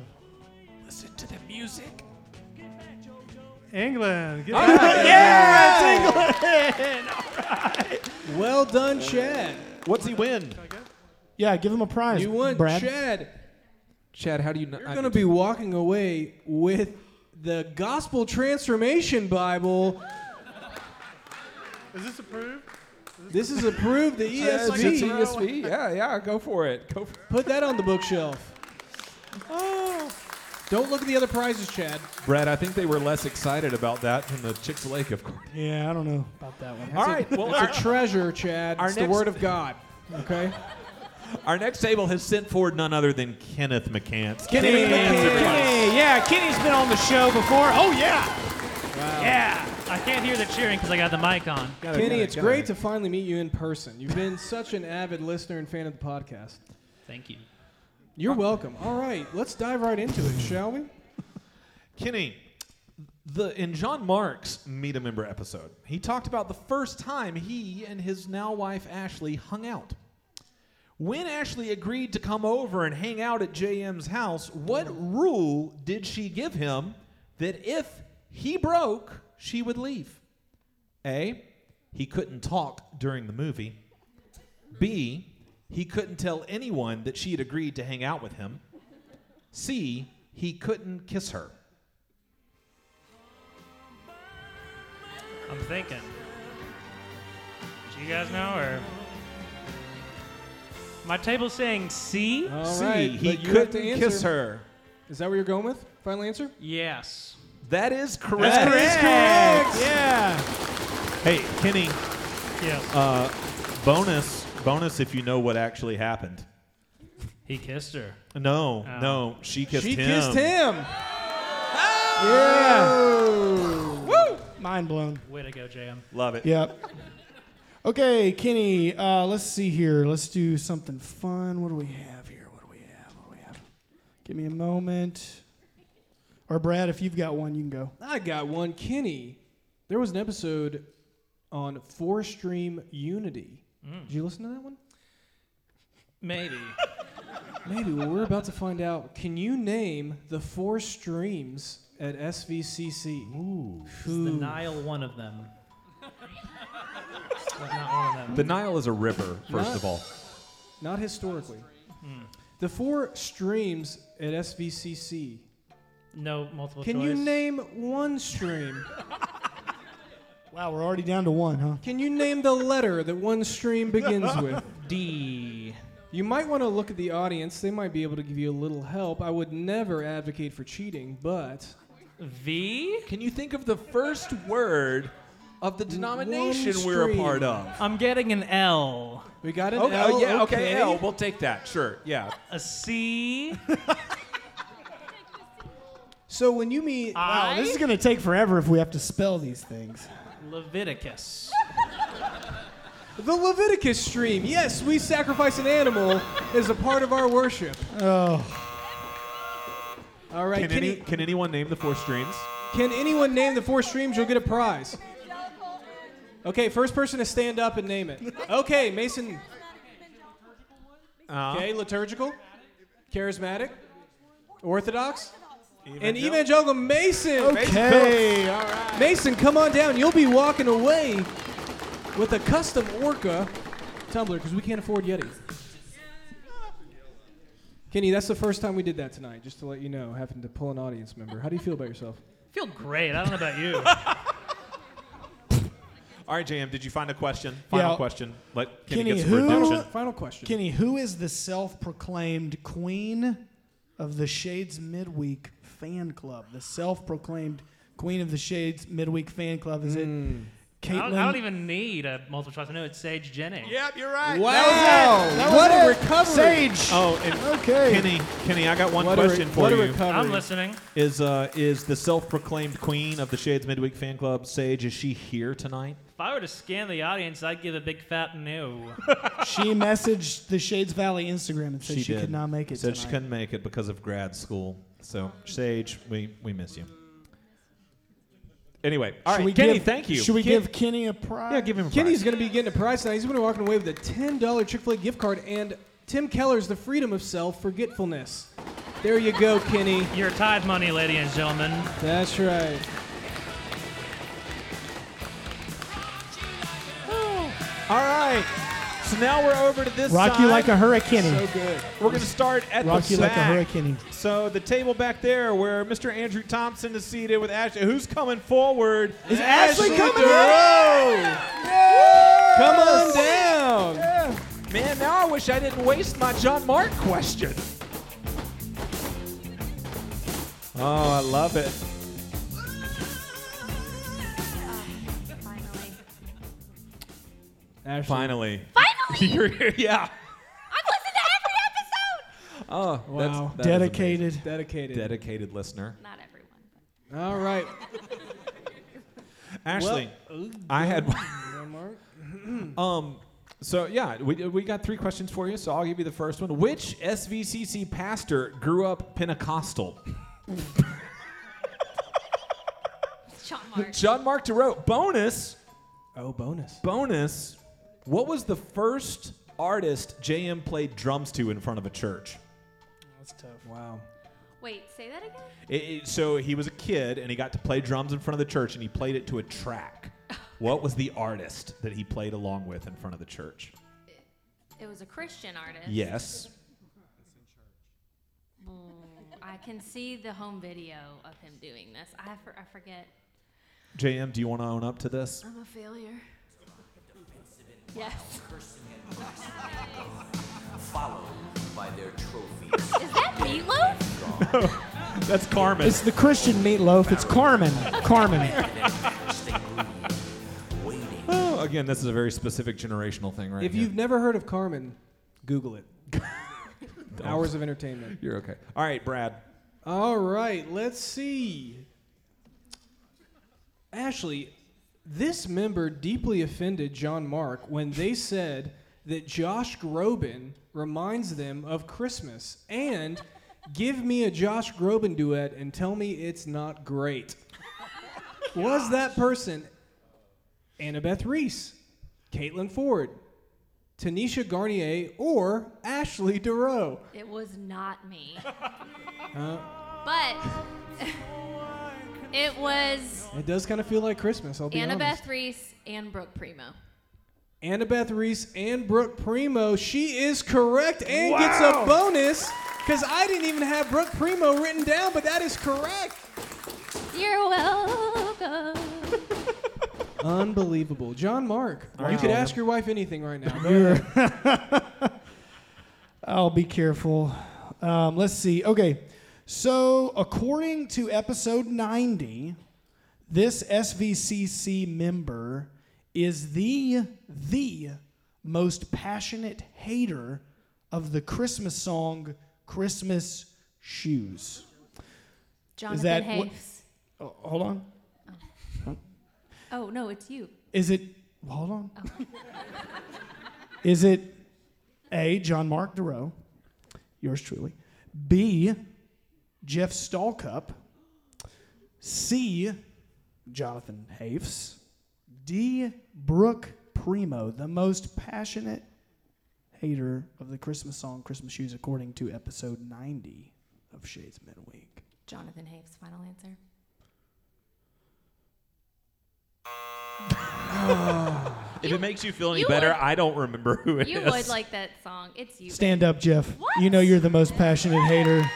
Speaker 1: Listen to the music.
Speaker 11: England. Get
Speaker 3: Ah, Well done, Chad.
Speaker 2: What's he win?
Speaker 1: Yeah, give him a prize.
Speaker 3: You won,
Speaker 1: Brad.
Speaker 3: Chad.
Speaker 5: Chad, how do you not?
Speaker 3: You're going to be walking away with the Gospel Transformation Bible.
Speaker 11: Is this approved?
Speaker 3: This is approved the ESV.
Speaker 5: ESV. Yeah, yeah. Go for it. Go for
Speaker 3: Put that on the bookshelf. Don't look at the other prizes, Chad.
Speaker 2: Brad, I think they were less excited about that than the Chick Fil A gift card.
Speaker 1: Yeah, I don't know about that one.
Speaker 2: All right, well,
Speaker 3: It's
Speaker 2: our,
Speaker 3: a treasure, Chad.
Speaker 2: our
Speaker 3: It's the
Speaker 2: next-
Speaker 3: Word of God. Okay?
Speaker 2: our next table has sent forward none other than Kenneth McCants.
Speaker 1: Kenny,
Speaker 2: Kenny McCants, everybody.
Speaker 12: Hey, yeah, Kenny's been on the show before. Oh, yeah. Yeah. I can't hear the cheering because I got the mic on.
Speaker 3: Kenny, it's great to finally meet you in person. You've been such an avid listener and fan of the podcast.
Speaker 12: Thank you.
Speaker 3: You're welcome. All right, let's dive right into it, shall we?
Speaker 2: Kenny, the in John Mark's Meet a Member episode, he talked about the first time he and his now wife Ashley hung out. When Ashley agreed to come over and hang out at JM's house, what rule did she give him that if he broke, she would leave? A. He couldn't talk during the movie. B. He couldn't tell anyone that she had agreed to hang out with him. C. He couldn't kiss her.
Speaker 12: I'm thinking. Do you guys know or? My table's saying C.
Speaker 3: All right.
Speaker 2: See, he
Speaker 3: but you have
Speaker 2: couldn't
Speaker 3: to answer.
Speaker 2: kiss her.
Speaker 3: Is that what you're going with? Final answer?
Speaker 12: Yes.
Speaker 2: That is correct.
Speaker 1: Yeah.
Speaker 2: Hey, Kenny,
Speaker 12: Yeah.
Speaker 2: uh, bonus, bonus if you know what actually happened.
Speaker 12: He kissed her.
Speaker 2: No,
Speaker 12: Oh.
Speaker 2: no, she kissed
Speaker 3: she
Speaker 2: him.
Speaker 3: kissed him.
Speaker 1: Mind blown.
Speaker 12: Way to go, JM.
Speaker 2: Oh! Love it.
Speaker 1: Yep. Okay, Kenny. Uh, let's see here. Let's do something fun. What do we have here? What do we have? What do we have? Give me a moment. Or Brad, if you've got one, you can go.
Speaker 3: I got one. Kenny, there was an episode on Four Stream Unity.
Speaker 12: Mm.
Speaker 3: Did you listen to that one?
Speaker 12: Maybe.
Speaker 3: Maybe. Well, we're about to find out. Can you name the four streams at SVCC?
Speaker 2: Ooh.
Speaker 12: Is the Nile one of them? Well, not one of them.
Speaker 2: The Nile is a river, first of all.
Speaker 3: Not historically.
Speaker 12: Hmm.
Speaker 3: The four streams at SVCC.
Speaker 12: No multiple
Speaker 3: Can
Speaker 12: choice.
Speaker 3: you name one stream?
Speaker 1: Wow, we're already down to one, huh?
Speaker 3: Can you name the letter that one stream begins with?
Speaker 12: D.
Speaker 3: You might want to look at the audience. They might be able to give you a little help. I would never advocate for cheating, but
Speaker 12: V?
Speaker 2: Can you think of the first word of the denomination we're a part of?
Speaker 12: I'm getting an L.
Speaker 3: We got
Speaker 2: Okay, oh, yeah, okay. L, we'll take that. Sure, yeah.
Speaker 12: A C.
Speaker 3: So when you meet,
Speaker 1: Wow, this is going to take forever if we have to spell these things.
Speaker 12: Leviticus.
Speaker 3: the Leviticus stream. Yes, we sacrifice an animal as a part of our worship.
Speaker 1: Oh.
Speaker 3: All right.
Speaker 2: can,
Speaker 3: Can,
Speaker 2: any,
Speaker 3: you-
Speaker 2: can anyone name the four streams?
Speaker 3: can anyone name the four streams? You'll get a prize. Okay, first person to stand up and name it. Okay, Mason. Okay, liturgical, charismatic, orthodox, and evangelical Mason.
Speaker 1: Okay,
Speaker 3: all right. Mason, come on down. You'll be walking away with a custom orca tumbler because we can't afford Yeti. Kenny, that's the first time we did that tonight. Just to let you know, happened to pull an audience member. How do you feel about yourself?
Speaker 12: Feel great. I don't know about you.
Speaker 2: All right, JM, did you find a question? Final
Speaker 1: Yeah.
Speaker 2: question. Let Kenny,
Speaker 1: Kenny,
Speaker 2: get some
Speaker 1: who?
Speaker 2: redemption.
Speaker 3: Final question.
Speaker 1: Kenny, who is the self-proclaimed queen of the Shades Midweek fan club? The self-proclaimed queen of the Shades Midweek fan club is
Speaker 3: Hmm.
Speaker 1: it?
Speaker 12: I
Speaker 1: Caitlin.
Speaker 12: don't, I don't even need a multiple choice. I know it's Sage Jennings.
Speaker 2: Yep, you're right.
Speaker 1: That was it. That was
Speaker 3: What a
Speaker 1: it.
Speaker 3: recovery.
Speaker 1: Sage.
Speaker 2: Oh, and
Speaker 1: okay.
Speaker 2: Kenny, Kenny, I got one
Speaker 3: What a re-
Speaker 2: question for
Speaker 3: what a
Speaker 2: you.
Speaker 3: recovery.
Speaker 12: I'm listening.
Speaker 2: Is uh is the self-proclaimed queen of the Shades Midweek Fan Club, Sage? Is she here tonight?
Speaker 12: If I were to scan the audience, I'd give a big fat no.
Speaker 1: she messaged the Shades Valley Instagram and said she,
Speaker 2: did.
Speaker 1: could not make it.
Speaker 2: Said she
Speaker 1: tonight.
Speaker 2: couldn't make it because of grad school. So Sage, we we miss you. Anyway, all
Speaker 1: Should
Speaker 2: right,
Speaker 1: we
Speaker 2: Kenny,
Speaker 1: give-
Speaker 2: thank you.
Speaker 1: Should we
Speaker 2: Ken-
Speaker 1: give Kenny a prize?
Speaker 2: Yeah, give him a
Speaker 3: Kenny's
Speaker 2: prize.
Speaker 3: going to be getting a prize tonight. He's going to be walking away with a $10 Chick fil A gift card and Tim Keller's The Freedom of Self Forgetfulness. There you go, Kenny.
Speaker 12: Your tithe money, ladies and gentlemen.
Speaker 3: That's right.
Speaker 2: All right. So now we're over to this
Speaker 1: Rock
Speaker 2: side.
Speaker 1: you like a hurricane.
Speaker 3: So good.
Speaker 2: We're going to start at
Speaker 1: Rock
Speaker 2: the
Speaker 1: you like a
Speaker 2: back.
Speaker 1: hurricane.
Speaker 2: So the table back there, where Mr. Andrew Thompson is seated with Ashley. Who's coming forward? Is
Speaker 3: Ashley coming in? Come on down.
Speaker 2: Man, now I wish I didn't waste my John Mark question. Oh, I love it.
Speaker 7: Finally.
Speaker 3: Ashley.
Speaker 2: Finally,
Speaker 7: Finally!
Speaker 2: you're here. Yeah.
Speaker 7: I've listened to every episode!
Speaker 2: Oh,
Speaker 3: Wow.
Speaker 2: that's, that is
Speaker 1: Dedicated.
Speaker 3: Dedicated.
Speaker 2: amazing. dedicated listener.
Speaker 7: Not everyone. but-
Speaker 3: All right.
Speaker 2: Ashley,
Speaker 3: Well-
Speaker 2: I had.
Speaker 3: Mark.
Speaker 2: Um. So yeah, we we got three questions for you. So I'll give you the first one. Which SVCC pastor grew up Pentecostal?
Speaker 7: Sean Mark.
Speaker 2: John Mark DeRoe. Bonus.
Speaker 3: Oh, bonus.
Speaker 2: Bonus. What was the first artist JM played drums to in front of a church?
Speaker 1: That's tough.
Speaker 3: Wow.
Speaker 7: Wait, say that again?
Speaker 2: It- it- so he was a kid and he got to play drums in front of the church and he played it to a track. What was the artist that he played along with in front of the church?
Speaker 7: It was a Christian artist.
Speaker 2: Yes.
Speaker 7: Mm, I can see the home video of him doing this. I, for, I forget.
Speaker 2: JM, do you want to own up to this?
Speaker 7: I'm a failure. Yes.
Speaker 13: followed by their trophies.
Speaker 7: Is that meatloaf?
Speaker 2: That's Carmen.
Speaker 1: It's the Christian meatloaf. It's Carmen. Carmen.
Speaker 2: Oh, again, this is a very specific generational thing, right?
Speaker 3: If
Speaker 2: here.
Speaker 3: you've never heard of Carmen, Google it. Hours of entertainment.
Speaker 2: you're okay. All right, Brad.
Speaker 3: All right, let's see. Ashley, this member deeply offended John Mark when they said that Josh Groban reminds them of Christmas and give me a Josh Groban duet and tell me it's not great. Was that person Annabeth Reese, Caitlin Ford, Tanisha Garnier, or Ashley DeRoe.
Speaker 7: It was not me.
Speaker 3: Uh,
Speaker 7: but it was
Speaker 3: it does kind of feel like Christmas, I'll be honest.
Speaker 7: Annabeth Reese and Brooke Primo.
Speaker 3: Annabeth Reese and Brooke Primo. She is correct and gets
Speaker 7: Wow.
Speaker 3: a bonus because I didn't even have Brooke Primo written down, but that is correct.
Speaker 7: You're welcome.
Speaker 3: Unbelievable. John Mark,
Speaker 1: Wow.
Speaker 3: you could ask your wife anything right now.
Speaker 1: I'll be careful. Um, let's see. Okay. So, according to episode 90, this SVCC member is the the most passionate hater of the Christmas song Christmas Shoes.
Speaker 7: Jonathan
Speaker 1: that what-
Speaker 7: Hayes.
Speaker 1: Oh, hold on.
Speaker 7: Oh no, it's you.
Speaker 1: Is it hold on? Is it A, John Mark DeRoe, yours truly, B, Jeff Stallcup, C, Jonathan Hafes, D, Brooke Primo, the most passionate hater of the Christmas song Christmas Shoes, according to episode 90 of Shades Midweek?
Speaker 7: Jonathan Hayes. Final answer.
Speaker 2: if it makes you feel any
Speaker 7: you
Speaker 2: better,
Speaker 7: would-
Speaker 2: I don't remember who it is.
Speaker 7: You would like that song. It's you.
Speaker 1: Stand
Speaker 7: baby.
Speaker 1: up, Jeff. You know you're the most passionate hater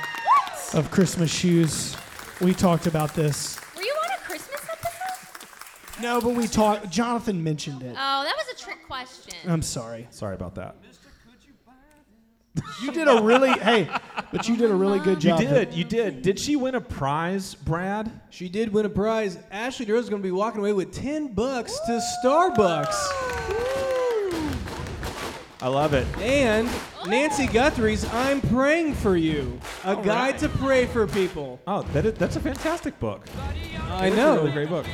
Speaker 1: of Christmas shoes. We talked about this.
Speaker 7: Were you on a Christmas episode?
Speaker 1: No, but we talked. Jonathan mentioned
Speaker 7: Oh,
Speaker 1: it.
Speaker 7: that was a trick question.
Speaker 1: I'm sorry.
Speaker 2: Uh, Sorry about that.
Speaker 1: You did a really hey, but you did a really good job.
Speaker 2: You did. You did. Did she win a prize, Brad?
Speaker 3: She did win a prize. Ashley DeRoe's going to be walking away with 10 bucks to Starbucks.
Speaker 2: I love it.
Speaker 3: And Nancy Guthrie's I'm Praying for You, a
Speaker 2: All
Speaker 3: guide
Speaker 2: right.
Speaker 3: to pray for people.
Speaker 2: Oh, that is, that's a fantastic book.
Speaker 3: I
Speaker 2: It's a
Speaker 3: know.
Speaker 2: really great book.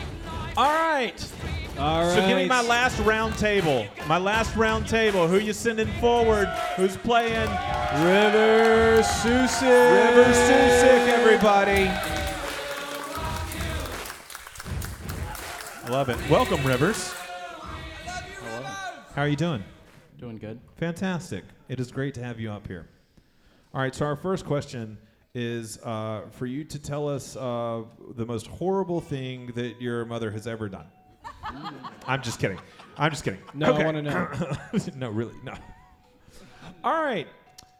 Speaker 2: All right.
Speaker 3: All right.
Speaker 2: So give me my last round table. My last round table. Who you sending forward? Who's playing?
Speaker 3: River Susick.
Speaker 2: River Susick, everybody. I love it. Welcome, Rivers. How are you doing?
Speaker 4: Doing good.
Speaker 2: Fantastic. It is great to have you up here. All right, so our first question is uh, for you to tell us uh, the most horrible thing that your mother has ever done. I'm just kidding. I'm just kidding.
Speaker 3: No, I
Speaker 2: Okay.
Speaker 3: wanna know.
Speaker 2: no, really, no. All right,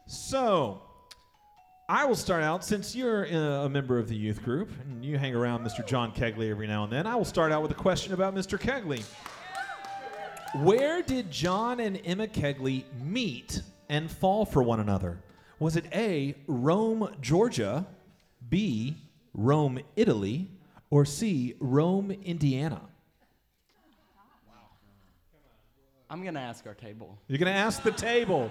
Speaker 2: so I will start out since you're uh, a member of the youth group and you hang around Mr. John Kegley every now and then. I will start out with a question about Mr. Kegley. Where did John and Emma Kegley meet and fall for one another? Was it A, Rome, Georgia, B, Rome, Italy, or C, Rome, Indiana?
Speaker 4: I'm gonna ask our table.
Speaker 2: You're going to ask the table.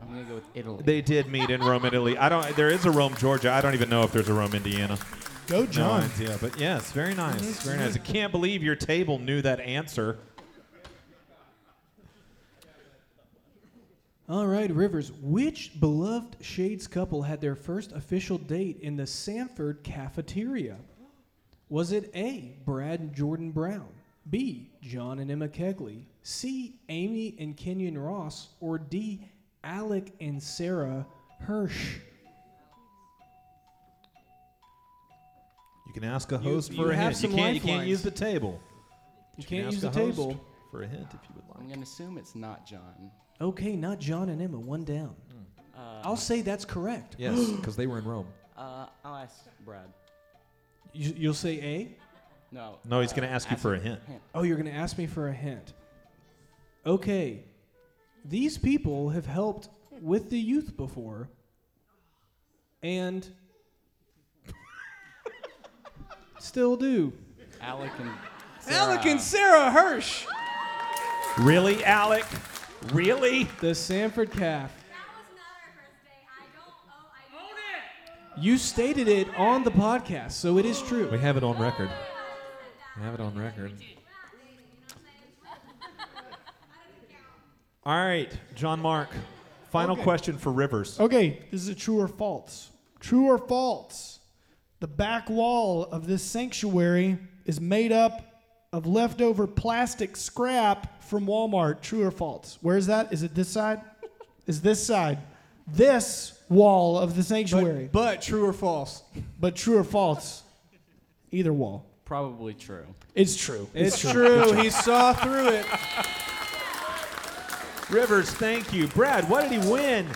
Speaker 4: I'm gonna go with Italy.
Speaker 2: They did meet in Rome, Italy. I don't. There is a Rome, Georgia. I don't even know if there's a Rome, Indiana.
Speaker 1: Go, John.
Speaker 2: No idea, but yes, very nice,
Speaker 1: Mhm.
Speaker 2: very nice. I can't believe your table knew that answer.
Speaker 3: All right, Rivers. Which beloved Shades couple had their first official date in the Sanford cafeteria? Was it A. Brad and Jordan Brown, B. John and Emma Kegley, C. Amy and Kenyon Ross, or D. Alec and Sarah Hirsch?
Speaker 2: You can ask a
Speaker 3: You-
Speaker 2: host
Speaker 3: you
Speaker 2: for a
Speaker 3: have
Speaker 2: hint. You
Speaker 3: some
Speaker 2: can't. You can't
Speaker 3: lifelines.
Speaker 2: use the table.
Speaker 3: You
Speaker 2: can
Speaker 3: can't
Speaker 2: ask
Speaker 3: use the
Speaker 2: a host
Speaker 3: table.
Speaker 2: for a hint if you would like.
Speaker 4: I'm gonna assume it's not John.
Speaker 3: Okay, not John and Emma. One down.
Speaker 2: Hmm.
Speaker 4: Uh,
Speaker 3: I'll say that's correct.
Speaker 2: Yes, because they were in Rome.
Speaker 4: Uh, I'll ask Brad.
Speaker 3: You, you'll say A?
Speaker 4: No.
Speaker 2: No, he's
Speaker 4: uh,
Speaker 2: going to ask you for a hint.
Speaker 3: Oh, you're going to ask me for a hint. Okay. These people have helped with the youth before. And still do.
Speaker 4: Alec and
Speaker 3: Alec and Sarah Hirsch.
Speaker 2: Really, Alec? Really?
Speaker 3: The Sanford calf. You stated it on the podcast, so it is true.
Speaker 2: We have it on record. We have it on record. All right, John Mark. Final
Speaker 1: Okay.
Speaker 2: question for Rivers.
Speaker 1: Okay, this is a true or false. True or false? The back wall of this sanctuary is made up of leftover plastic scrap from Walmart. True or false? Where is that? Is it this side? Is this side? This wall of the sanctuary.
Speaker 3: But, true or false?
Speaker 1: But true or false? Either wall.
Speaker 4: Probably true.
Speaker 1: It's true.
Speaker 3: It's true. He saw through it.
Speaker 2: Rivers, thank you. Brad, what did he win?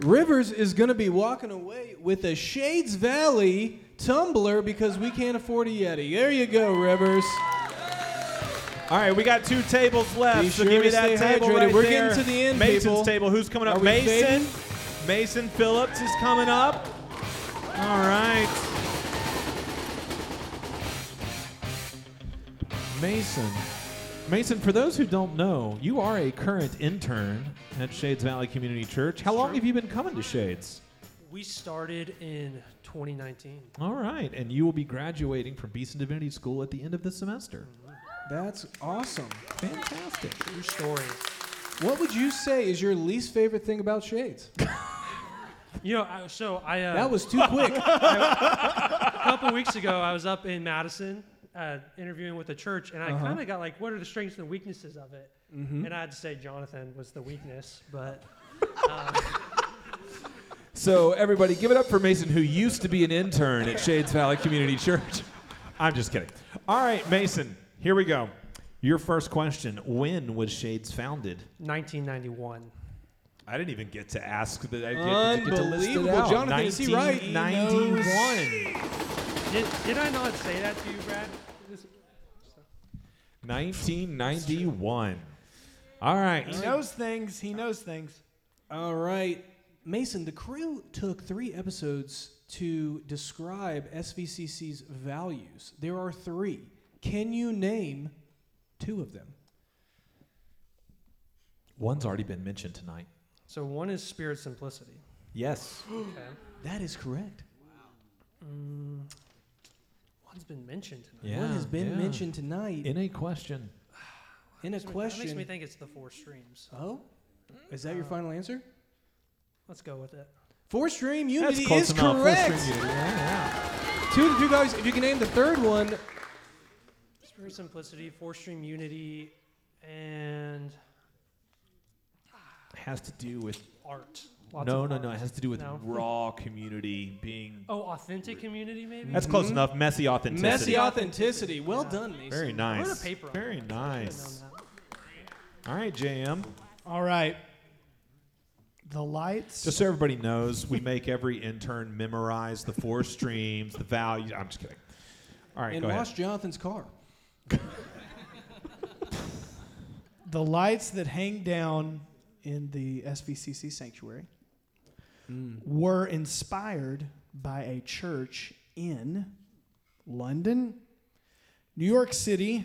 Speaker 3: Rivers is going to be walking away with a Shades Valley tumbler because we can't afford a Yeti. There you go, Rivers.
Speaker 2: All right, we got two tables left.
Speaker 3: Be
Speaker 2: so
Speaker 3: sure
Speaker 2: give me
Speaker 3: to
Speaker 2: that
Speaker 3: stay
Speaker 2: table
Speaker 3: hydrated.
Speaker 2: right
Speaker 3: We're
Speaker 2: there.
Speaker 3: getting to the end,
Speaker 2: Mason's
Speaker 3: people.
Speaker 2: table. Who's coming
Speaker 3: Are
Speaker 2: up?
Speaker 3: we
Speaker 2: Mason.
Speaker 3: fading?
Speaker 2: Mason Phillips is coming up. All right. Mason. Mason, for those who don't know, you are a current intern at Shades Valley Community Church. How long have you been coming to Shades?
Speaker 14: We started in 2019.
Speaker 2: All right, and you will be graduating from Beeson Divinity School at the end of this semester.
Speaker 3: That's awesome.
Speaker 2: Fantastic.
Speaker 3: Your story. What would you say is your least favorite thing about Shades?
Speaker 14: You know, I, so I. Uh,
Speaker 3: That was too quick.
Speaker 14: I- a couple weeks ago, I was up in Madison uh, interviewing with the church, and I
Speaker 3: Uh-huh.
Speaker 14: kind of got like, what are the strengths and weaknesses of it?
Speaker 3: Mhm.
Speaker 14: And I had to say Jonathan was the weakness, but. um,
Speaker 2: So, everybody, give it up for Mason, who used to be an intern at Shades Valley Community Church. I'm just kidding. All right, Mason, here we go. Your first question When was Shades founded?
Speaker 14: 1991.
Speaker 2: I didn't even get to ask that. I didn't get to list it
Speaker 3: Unbelievable.
Speaker 2: out.
Speaker 3: Jonathan, is he right? He
Speaker 2: 1991.
Speaker 14: Did, did I not say that to you, Brad? This-
Speaker 2: 1991. All right.
Speaker 1: He knows things. He knows things.
Speaker 3: All right. Mason, the crew took three episodes to describe SVCC's values. There are three. Can you name two of them?
Speaker 2: One's already been mentioned tonight.
Speaker 14: So one is spirit simplicity.
Speaker 2: Yes.
Speaker 14: Okay.
Speaker 3: That is correct.
Speaker 14: Mm, one's been mentioned tonight.
Speaker 3: One has been
Speaker 2: yeah.
Speaker 3: mentioned tonight
Speaker 2: In a question.
Speaker 3: in a
Speaker 14: That makes me-
Speaker 3: question.
Speaker 14: That makes me think it's the four streams.
Speaker 3: Oh? Is that your
Speaker 14: Uh,
Speaker 3: final answer?
Speaker 14: Let's go with it.
Speaker 3: Four stream
Speaker 14: That's
Speaker 3: unity
Speaker 14: close
Speaker 3: is
Speaker 14: enough. Four
Speaker 3: correct.
Speaker 14: stream unity,
Speaker 3: Two to two guys. If you can name the third one,
Speaker 14: Spirit simplicity, four stream unity, and
Speaker 2: has to do with
Speaker 14: art. Lots
Speaker 2: no,
Speaker 14: of
Speaker 2: no,
Speaker 14: art.
Speaker 2: no. It has to do with
Speaker 14: No?
Speaker 2: raw community being.
Speaker 14: Oh, authentic community, maybe.
Speaker 2: That's
Speaker 3: Mm-hmm.
Speaker 2: close enough. Messy authenticity.
Speaker 3: Messy authenticity. Well done, Mason.
Speaker 2: Very
Speaker 1: Wrote
Speaker 2: nice.
Speaker 1: a paper on
Speaker 2: Very nice. All right, JM.
Speaker 1: All right. The lights.
Speaker 2: Just so everybody knows, we make every intern memorize the four streams, the value. I'm just kidding. All right,
Speaker 3: and
Speaker 2: go
Speaker 3: wash
Speaker 2: ahead.
Speaker 3: Jonathan's car.
Speaker 1: the lights that hang down in the SVCC sanctuary
Speaker 3: Hmm.
Speaker 1: were inspired by a church in London, New York City,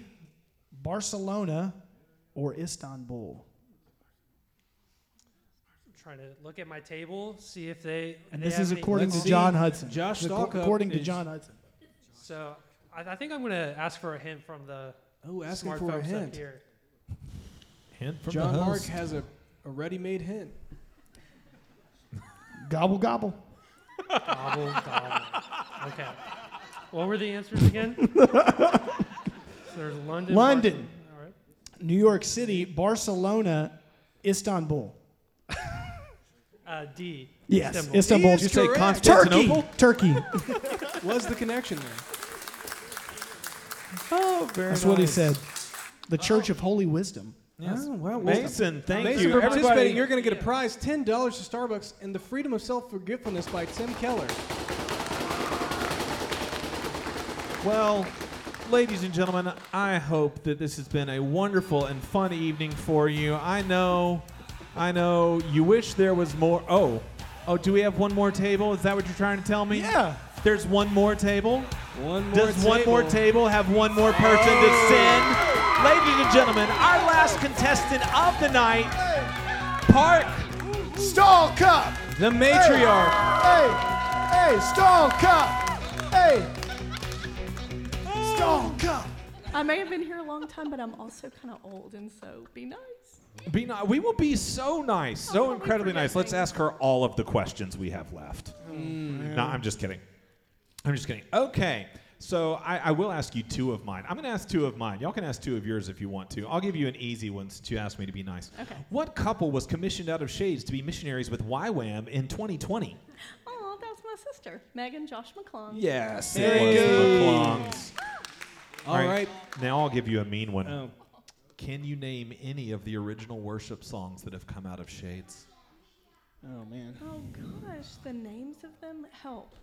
Speaker 1: Barcelona, or Istanbul.
Speaker 14: I'm trying to look at my table, see if they.
Speaker 1: And
Speaker 14: they
Speaker 1: this
Speaker 14: have
Speaker 1: is
Speaker 14: any-
Speaker 1: according to John Hudson.
Speaker 3: Josh
Speaker 1: Ac-
Speaker 3: Stalkup
Speaker 1: According to
Speaker 3: is-
Speaker 1: John Hudson.
Speaker 14: So I, I think I'm gonna ask for a hint from the.
Speaker 3: Oh, ask him
Speaker 14: smart
Speaker 3: for a
Speaker 14: folks up
Speaker 3: hint.
Speaker 14: here.
Speaker 2: Hint from
Speaker 3: John
Speaker 2: the
Speaker 3: Mark
Speaker 2: host.
Speaker 3: has a, a ready-made hint.
Speaker 1: Gobble, gobble.
Speaker 14: Gobble, gobble. Oh, Okay. What were the answers again? There's London.
Speaker 1: London.
Speaker 14: Barcelona- All right.
Speaker 1: New York City, Barcelona, Istanbul.
Speaker 14: Uh, D.
Speaker 1: Yes,
Speaker 14: Istanbul.
Speaker 1: Istanbul.
Speaker 3: He is correct.
Speaker 1: Turkey.
Speaker 3: Constantinople?
Speaker 1: Turkey.
Speaker 3: Was the connection there?
Speaker 2: Oh, very
Speaker 1: That's what he said. The Church of Holy Wisdom.
Speaker 2: Yes.
Speaker 3: Oh, wow.
Speaker 2: Mason, thank
Speaker 3: Mason,
Speaker 2: you.
Speaker 3: for participating,
Speaker 2: Everybody-
Speaker 3: you're going to get a prize $10 to Starbucks and the Freedom of Self Forgetfulness by Tim Keller.
Speaker 2: Well, ladies and gentlemen, I hope that this has been a wonderful and fun evening for you. I know, I know you wish there was more. Oh, oh, do we have one more table? Is that what you're trying to tell me?
Speaker 1: Yeah.
Speaker 2: There's one more table.
Speaker 3: One more
Speaker 2: Does one more
Speaker 3: table.
Speaker 2: table have one more person to send? Ladies and gentlemen, our last contestant of the night, Park
Speaker 1: Stall Cup.
Speaker 3: The matriarch.
Speaker 1: Hey, hey, Stall Cup. Hey. Stall Cup.
Speaker 15: I may have been here a long time, but I'm also kind of old, and so be nice.
Speaker 2: Be ni- we will be so nice, so
Speaker 3: Mm. Oh,
Speaker 2: Mm. incredibly nice. Let's ask her all of the questions we have left. No, I'm just kidding. I'm just kidding. Okay. So I, I will ask you two of mine. I'm going to ask two of mine. Y'all can ask two of yours if you want to. I'll give you an easy one since you asked me to be nice.
Speaker 15: Okay.
Speaker 2: What couple was commissioned out of Shades to be missionaries with YWAM in 2020?
Speaker 15: Oh, that was my sister, Megan Josh McClung.
Speaker 2: Yes, it
Speaker 3: Hey.
Speaker 2: was the Klongs.
Speaker 3: All right.
Speaker 2: Now I'll give you a mean one. Can you name any of the original worship songs that have come out of Shades?
Speaker 3: Oh man.
Speaker 15: Oh gosh, the names of them help.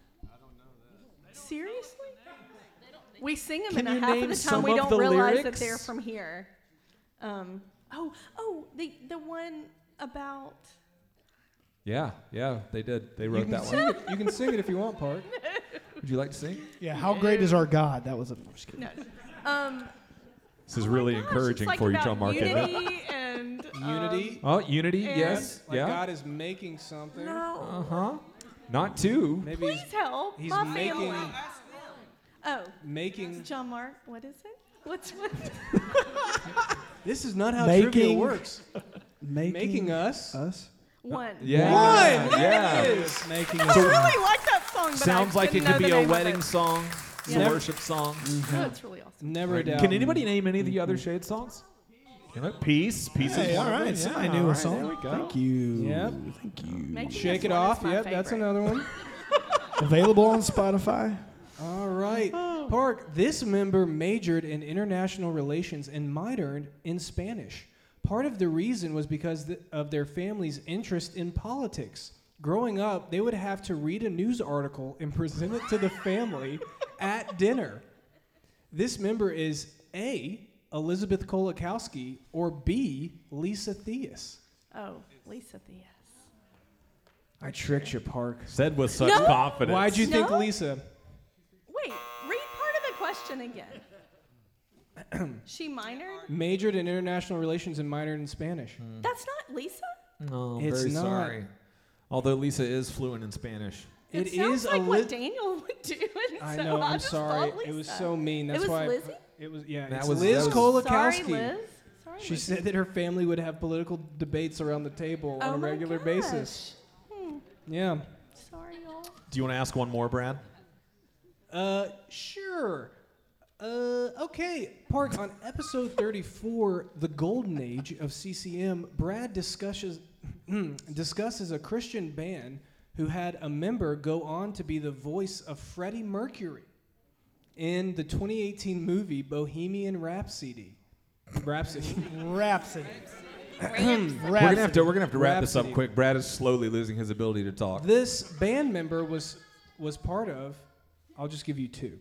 Speaker 15: Seriously? We sing them,
Speaker 2: Can
Speaker 15: and
Speaker 2: you
Speaker 15: half
Speaker 2: name
Speaker 15: of the
Speaker 2: some
Speaker 15: time we
Speaker 2: of
Speaker 15: don't
Speaker 2: the
Speaker 15: realize that
Speaker 2: lyrics?
Speaker 15: they're from here. Um, oh, oh, the the one about
Speaker 2: Yeah, yeah, they did. They
Speaker 3: You can, sing it, you can sing it if you want, Park.
Speaker 2: Would you like to sing?
Speaker 1: Yeah, how great is our God? That was a.
Speaker 15: no, um,
Speaker 2: This is really
Speaker 15: it's
Speaker 2: encouraging
Speaker 15: like
Speaker 2: for you,
Speaker 15: about
Speaker 2: John Mark. isn't it?
Speaker 15: unity and uh,
Speaker 3: Unity.
Speaker 2: Oh, unity,
Speaker 15: and-
Speaker 2: yes.
Speaker 3: Like
Speaker 2: yeah.
Speaker 3: God is making something.
Speaker 15: No.
Speaker 2: Uh-huh. Not two.
Speaker 3: Maybe
Speaker 15: Please
Speaker 3: he's,
Speaker 15: help
Speaker 3: he's
Speaker 15: my
Speaker 3: making
Speaker 15: family. Oh,
Speaker 3: making.
Speaker 15: John Mark, what is it? What's what?
Speaker 3: This is not how
Speaker 1: Making-
Speaker 3: trivia works.
Speaker 1: Making,
Speaker 3: us.
Speaker 1: Us? Uh,
Speaker 15: One.
Speaker 2: Yeah.
Speaker 3: One. There
Speaker 2: Yeah.
Speaker 3: it is. Making
Speaker 15: I
Speaker 3: us
Speaker 15: really like that song. But
Speaker 2: Sounds
Speaker 15: I
Speaker 2: like it
Speaker 15: didn't
Speaker 2: could
Speaker 15: know
Speaker 2: be
Speaker 15: the
Speaker 2: a
Speaker 15: name of
Speaker 2: wedding
Speaker 15: it.
Speaker 2: song, it's a
Speaker 3: Yeah.
Speaker 2: worship song.
Speaker 15: No, it's really awesome.
Speaker 3: Never a doubt.
Speaker 2: Can anybody name any of the other Shade songs? You know, Peace. Peace
Speaker 1: Hey,
Speaker 2: is one
Speaker 1: all
Speaker 2: of them,
Speaker 1: right.
Speaker 2: yeah,
Speaker 1: Somebody knew
Speaker 2: all
Speaker 1: a
Speaker 2: right,
Speaker 1: song.
Speaker 2: There we go.
Speaker 1: Thank you.
Speaker 3: Yep.
Speaker 1: Thank you.
Speaker 15: Making
Speaker 3: Shake
Speaker 15: Us
Speaker 3: it
Speaker 15: One is
Speaker 3: off.
Speaker 15: my
Speaker 3: Yep, that's
Speaker 15: favorite.
Speaker 3: another one.
Speaker 1: Available on Spotify.
Speaker 3: All right.
Speaker 15: Oh.
Speaker 3: Park, this member majored in international relations and minored in Spanish. Part of the reason was because th- of their family's interest in politics. Growing up, they would have to read a news article and present it to the family at dinner. This member is A, Elizabeth Kolakowski, or B, Lisa Theus.
Speaker 15: Oh, Lisa Thea.
Speaker 3: I tricked you, Park.
Speaker 2: Said with such
Speaker 15: No.
Speaker 2: confidence.
Speaker 3: Why'd you think
Speaker 15: No.
Speaker 3: Lisa?
Speaker 15: Wait, read part of the question again. she minored?
Speaker 3: Majored in international relations and minored in Spanish.
Speaker 15: That's not Lisa?
Speaker 2: Hmm. Oh,
Speaker 3: It's
Speaker 2: very
Speaker 3: not.
Speaker 2: sorry. Although Lisa is fluent in Spanish.
Speaker 3: It
Speaker 15: sounds
Speaker 3: is
Speaker 15: like
Speaker 3: a
Speaker 15: what
Speaker 3: lit-
Speaker 15: Daniel would do. And
Speaker 3: I
Speaker 15: so
Speaker 3: know.
Speaker 15: I
Speaker 3: I'm
Speaker 15: just
Speaker 3: sorry.
Speaker 15: thought
Speaker 3: It was
Speaker 15: Lisa.
Speaker 3: so mean.
Speaker 15: It
Speaker 3: That's
Speaker 15: was
Speaker 3: why.
Speaker 15: Lizzie?
Speaker 3: It was yeah.
Speaker 2: That
Speaker 3: it's
Speaker 2: was-
Speaker 3: Liz
Speaker 2: that was-
Speaker 3: Kolakowski.
Speaker 15: Sorry, Liz. Sorry,
Speaker 3: She said that her family would have political debates around the table on
Speaker 15: Oh
Speaker 3: a
Speaker 15: my
Speaker 3: regular basis.
Speaker 15: Hmm.
Speaker 3: Yeah.
Speaker 15: Sorry, y'all.
Speaker 2: Do you want to ask one more, Brad?
Speaker 3: Uh, sure. Uh, okay. Park on episode 34, the golden age of CCM. Brad discusses discusses a Christian band who had a member go on to be the voice of Freddie Mercury in the 2018 movie Bohemian Rhapsody. Rhapsody.
Speaker 1: Rhapsody.
Speaker 2: We're gonna have to we're gonna have to wrap this up
Speaker 3: Rhapsody.
Speaker 2: quick. Brad is slowly losing his ability to talk.
Speaker 3: This band member was was part of. I'll just give you two.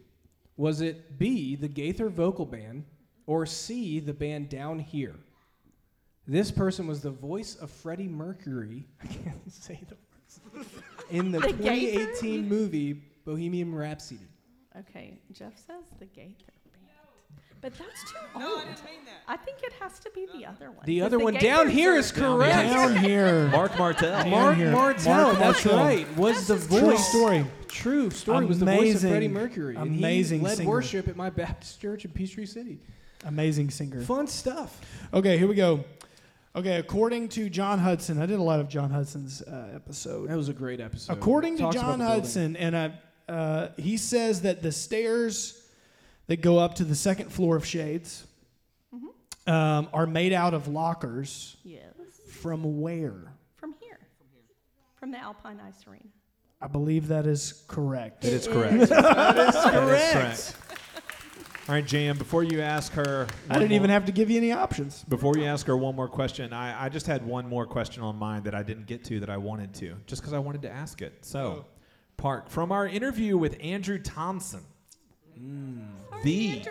Speaker 3: Was it B the Gaither Vocal Band or C the band Down Here? This person was the voice of Freddie Mercury. I can't say the words. In the,
Speaker 15: The Gaither?
Speaker 3: 2018 movie Bohemian Rhapsody.
Speaker 15: Okay, Jeff says the Gaither Band. But that's too old. I think it has to be the other one.
Speaker 3: The
Speaker 15: 'cause
Speaker 3: other one
Speaker 15: Gaithers
Speaker 3: down here
Speaker 15: are-
Speaker 3: is correct.
Speaker 1: Down here.
Speaker 2: Mark Martel.
Speaker 3: Mark
Speaker 1: here.
Speaker 3: Martel,
Speaker 1: Mark
Speaker 3: that's
Speaker 1: Martel.
Speaker 3: right, was the voice.
Speaker 1: True story.
Speaker 3: True story was the voice of
Speaker 1: Amazing-
Speaker 3: Freddie Mercury. and he
Speaker 1: amazing
Speaker 3: led
Speaker 1: singer.
Speaker 3: worship at my Baptist church in Peachtree City.
Speaker 1: Amazing singer.
Speaker 3: Fun stuff.
Speaker 1: Okay, here we go. Okay, according to John Hudson, I did a lot of John Hudson's uh, episode.
Speaker 3: That was a great episode.
Speaker 1: According to
Speaker 3: Talks about
Speaker 1: John
Speaker 3: the building.
Speaker 1: Hudson, and I, uh, he says that the stairs that go up to the second floor of Shades um, are made out of lockers.
Speaker 15: Yes.
Speaker 1: From where?
Speaker 15: From here. From the Alpine Ice Arena.
Speaker 1: I believe that is correct.
Speaker 2: It is correct.
Speaker 1: that is correct.
Speaker 2: All right, JM, before you ask her
Speaker 1: I didn't even have to give you any options.
Speaker 2: before you ask her one more question, I, I just had one more question on mine that I didn't get to that I wanted to, just because I wanted to ask it. So, Park, from our interview with Andrew Thompson,
Speaker 1: Hmm.
Speaker 2: the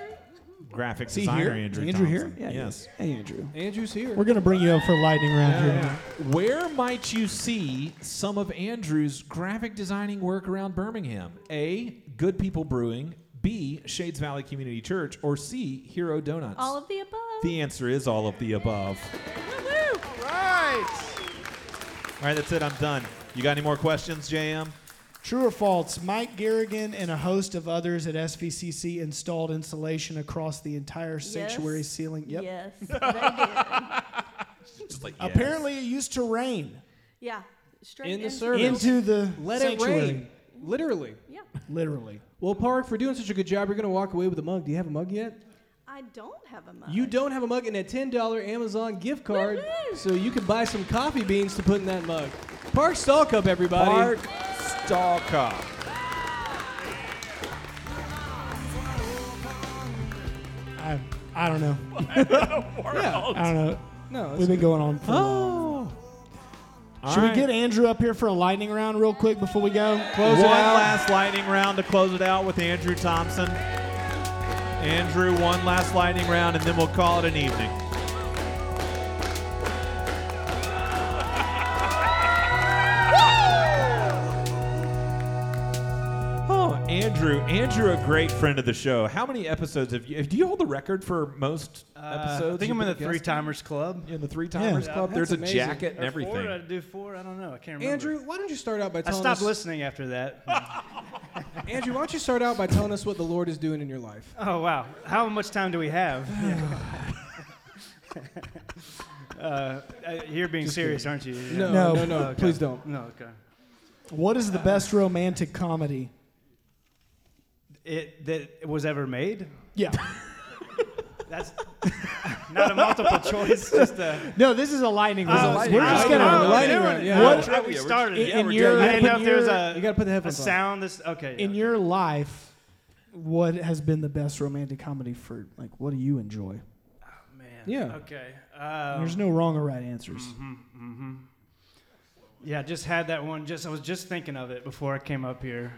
Speaker 2: graphic
Speaker 1: See
Speaker 2: designer
Speaker 1: here?
Speaker 2: Andrew,
Speaker 1: Andrew here?
Speaker 2: Thompson.
Speaker 1: Yeah, he
Speaker 2: yes.
Speaker 1: Hey, Andrew.
Speaker 3: Andrew's here.
Speaker 1: We're gonna bring you up for lightning round here.
Speaker 2: Where might you see some of Andrew's graphic designing work around Birmingham? A. Good People Brewing. B. Shades Valley Community Church. Or C. Hero Donuts.
Speaker 15: All of the above.
Speaker 2: the answer is all of the above.
Speaker 15: Woo-hoo. All right.
Speaker 2: All right, that's it. I'm done. You got any more questions, JM?
Speaker 1: True or false? Mike Garrigan and a host of others at SVCC installed insulation across the entire sanctuary
Speaker 15: Yes.
Speaker 1: ceiling. Yep.
Speaker 15: Yes, they did.
Speaker 2: Just like
Speaker 1: Apparently, it used to rain
Speaker 15: yeah, straight
Speaker 3: in the
Speaker 15: into
Speaker 3: service
Speaker 1: into the
Speaker 3: let
Speaker 1: sanctuary.
Speaker 3: it rain. Literally.
Speaker 15: Yeah.
Speaker 1: Literally.
Speaker 3: Well, Park, for doing such a good job, you're going to walk away with a mug. Do you have a mug yet?
Speaker 15: I don't have a mug.
Speaker 3: You don't have a mug and a $10 Amazon gift card, so you can buy some coffee beans to put in that mug. Park Stall Cup, everybody.
Speaker 2: Park Stall Cup.
Speaker 1: I, I don't know.
Speaker 2: Yeah.
Speaker 1: I don't know.
Speaker 3: No,
Speaker 1: we've been going on for. Oh. Should
Speaker 2: Alright.
Speaker 1: we get Andrew up here for a lightning round real quick before we go? Close
Speaker 2: One
Speaker 1: it out.
Speaker 2: last lightning round to close it out with Andrew Thompson. Andrew, one last lightning round, and then we'll call it an evening. Oh, Andrew, Andrew, a great friend of the show. How many episodes have you? Do you hold the record for most episodes?
Speaker 16: Uh, I think I'm in the Three Timers Club.
Speaker 2: In the Three Timers Club? There's a jacket and
Speaker 16: Or
Speaker 2: everything.
Speaker 16: Four, I do four. I don't know. I can't remember.
Speaker 3: Andrew, why don't you start out by
Speaker 16: I
Speaker 3: telling
Speaker 16: stopped
Speaker 3: us.
Speaker 16: listening after that.
Speaker 3: Andrew, why don't you start out by telling us what the Lord is doing in your life?
Speaker 16: oh wow, how much time do we have? uh, uh, you're being
Speaker 1: Just
Speaker 16: serious,
Speaker 1: kidding.
Speaker 16: aren't you?
Speaker 1: No, No. no, no,
Speaker 16: Okay.
Speaker 1: please don't.
Speaker 16: No, okay.
Speaker 1: What is the best romantic comedy?
Speaker 16: It that was ever made.
Speaker 1: Yeah.
Speaker 16: That's not a multiple choice. Just a.
Speaker 1: No, this is a lightning
Speaker 16: Oh,
Speaker 1: round.
Speaker 16: it's
Speaker 1: We're
Speaker 16: lightning
Speaker 1: just
Speaker 16: round.
Speaker 1: gonna
Speaker 16: Oh,
Speaker 1: lightning
Speaker 16: we're
Speaker 1: round.
Speaker 16: doing it.
Speaker 1: Yeah.
Speaker 16: What- Yeah, we- yeah, we're doing it.
Speaker 1: in, in
Speaker 16: We're
Speaker 1: your,
Speaker 16: doing it. I didn't know
Speaker 1: in
Speaker 16: if there was
Speaker 1: your-
Speaker 16: a- You gotta put the headphones a on. sound that's- okay,
Speaker 1: In your life, what has been the best romantic comedy for like? What do you enjoy?
Speaker 16: Man.
Speaker 1: Yeah.
Speaker 16: Okay. Um,
Speaker 1: There's no wrong or right answers.
Speaker 16: Mm-hmm. Yeah, just had that one. Just I was just thinking of it before I came up here.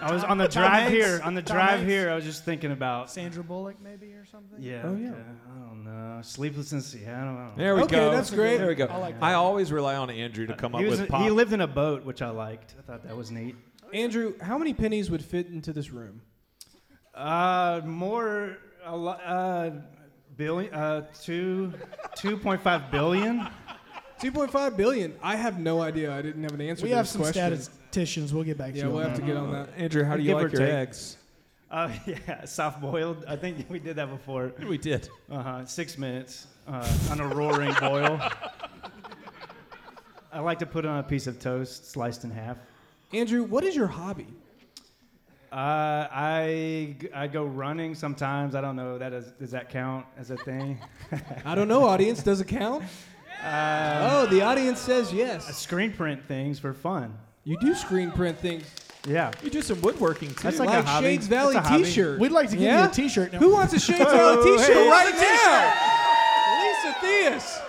Speaker 16: I was on the
Speaker 1: Tom
Speaker 16: drive
Speaker 1: Hanks?
Speaker 16: here. On the
Speaker 1: Tom
Speaker 16: drive
Speaker 1: Hanks?
Speaker 16: here, I was just thinking about.
Speaker 1: Sandra Bullock, maybe or something.
Speaker 16: Yeah.
Speaker 1: Oh yeah.
Speaker 16: okay, I don't know. Sleepless in Seattle. I don't know.
Speaker 2: There we go. There we go. I,
Speaker 16: I
Speaker 2: always rely on Andrew to come up
Speaker 16: he, was
Speaker 2: with
Speaker 16: a-
Speaker 2: pop.
Speaker 16: he lived in a boat, which I liked. I thought that was neat.
Speaker 3: Andrew, how many pennies would fit into this room?
Speaker 16: Uh, more. A lo- uh, billion. Uh, two. Two point five billion.
Speaker 3: Two point five billion. I have no idea. I didn't have an answer.
Speaker 1: We
Speaker 3: to
Speaker 1: have
Speaker 3: this
Speaker 1: some
Speaker 3: question.
Speaker 1: statisticians. We'll get back to
Speaker 3: Yeah,
Speaker 1: you.
Speaker 3: we'll
Speaker 1: on
Speaker 3: have
Speaker 1: that.
Speaker 3: to get on that.
Speaker 2: Andrew, how do you
Speaker 16: Give or
Speaker 2: like your
Speaker 16: take.
Speaker 2: eggs?
Speaker 16: Uh, yeah, soft boiled. I think we did that before.
Speaker 2: We did.
Speaker 16: Uh huh. Six minutes uh, on a roaring boil. I like to put on a piece of toast sliced in half.
Speaker 3: Andrew, what is your hobby?
Speaker 16: Uh, I g- I go running sometimes. I don't know. That is does that count as a thing?
Speaker 3: I don't know, audience. Does it count? oh, the audience says yes.
Speaker 16: Uh, I screen print things for fun.
Speaker 3: You do screen print things.
Speaker 16: Yeah.
Speaker 2: You do some woodworking too.
Speaker 16: That's like, a hobby.
Speaker 3: Shades Valley
Speaker 16: That's a hobby.
Speaker 3: T-shirt.
Speaker 1: We'd like to give you a
Speaker 3: Yeah?
Speaker 1: t-shirt now.
Speaker 3: Who wants a Shades Valley
Speaker 1: Oh, hey,
Speaker 3: T-shirt
Speaker 1: here's
Speaker 3: right
Speaker 1: a
Speaker 3: now? Lisa Theus.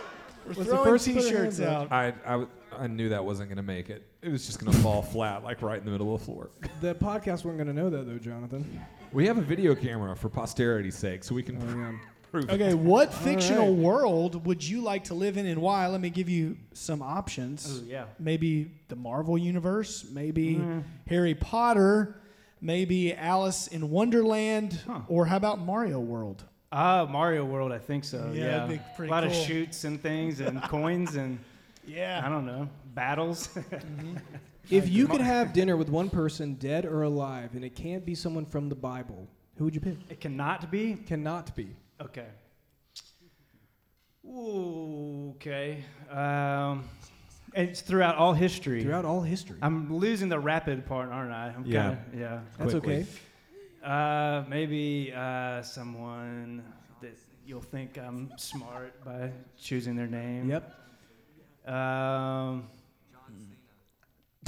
Speaker 3: We're
Speaker 2: I, I, w- I knew that wasn't going to make it. It was just going to fall flat, like right in the middle of the floor.
Speaker 3: The podcast weren't going to know that though, Jonathan.
Speaker 2: We have a video camera for posterity's sake, so we can
Speaker 16: Oh,
Speaker 2: prove it.
Speaker 1: Okay, what
Speaker 2: All
Speaker 1: fictional
Speaker 2: right.
Speaker 1: world would you like to live in and why? Let me give you some options.
Speaker 16: Ooh, yeah.
Speaker 1: Maybe the Marvel Universe, maybe
Speaker 16: Mm.
Speaker 1: Harry Potter, maybe Alice in Wonderland, or how about Mario World?
Speaker 16: Ah, Mario World. I think so.
Speaker 1: Yeah,
Speaker 16: Yeah.
Speaker 1: that'd be
Speaker 16: a
Speaker 1: pretty
Speaker 16: lot
Speaker 1: cool.
Speaker 16: of shoots and things and coins and.
Speaker 1: Yeah. Mm-hmm.
Speaker 16: I don't know. Battles.
Speaker 3: If you could
Speaker 16: Mar-
Speaker 3: have dinner with one person, dead or alive, and it can't be someone from the Bible, who would you pick?
Speaker 16: It cannot be.
Speaker 3: Cannot be.
Speaker 16: Okay. Ooh, okay. Um, it's throughout all history.
Speaker 3: Throughout all history.
Speaker 16: I'm losing the rapid part, aren't I? I'm
Speaker 3: Yeah.
Speaker 16: Kinda, yeah.
Speaker 3: That's Quickly.
Speaker 16: Uh, maybe uh, someone that you'll think I'm smart by choosing their name. Yep. Um,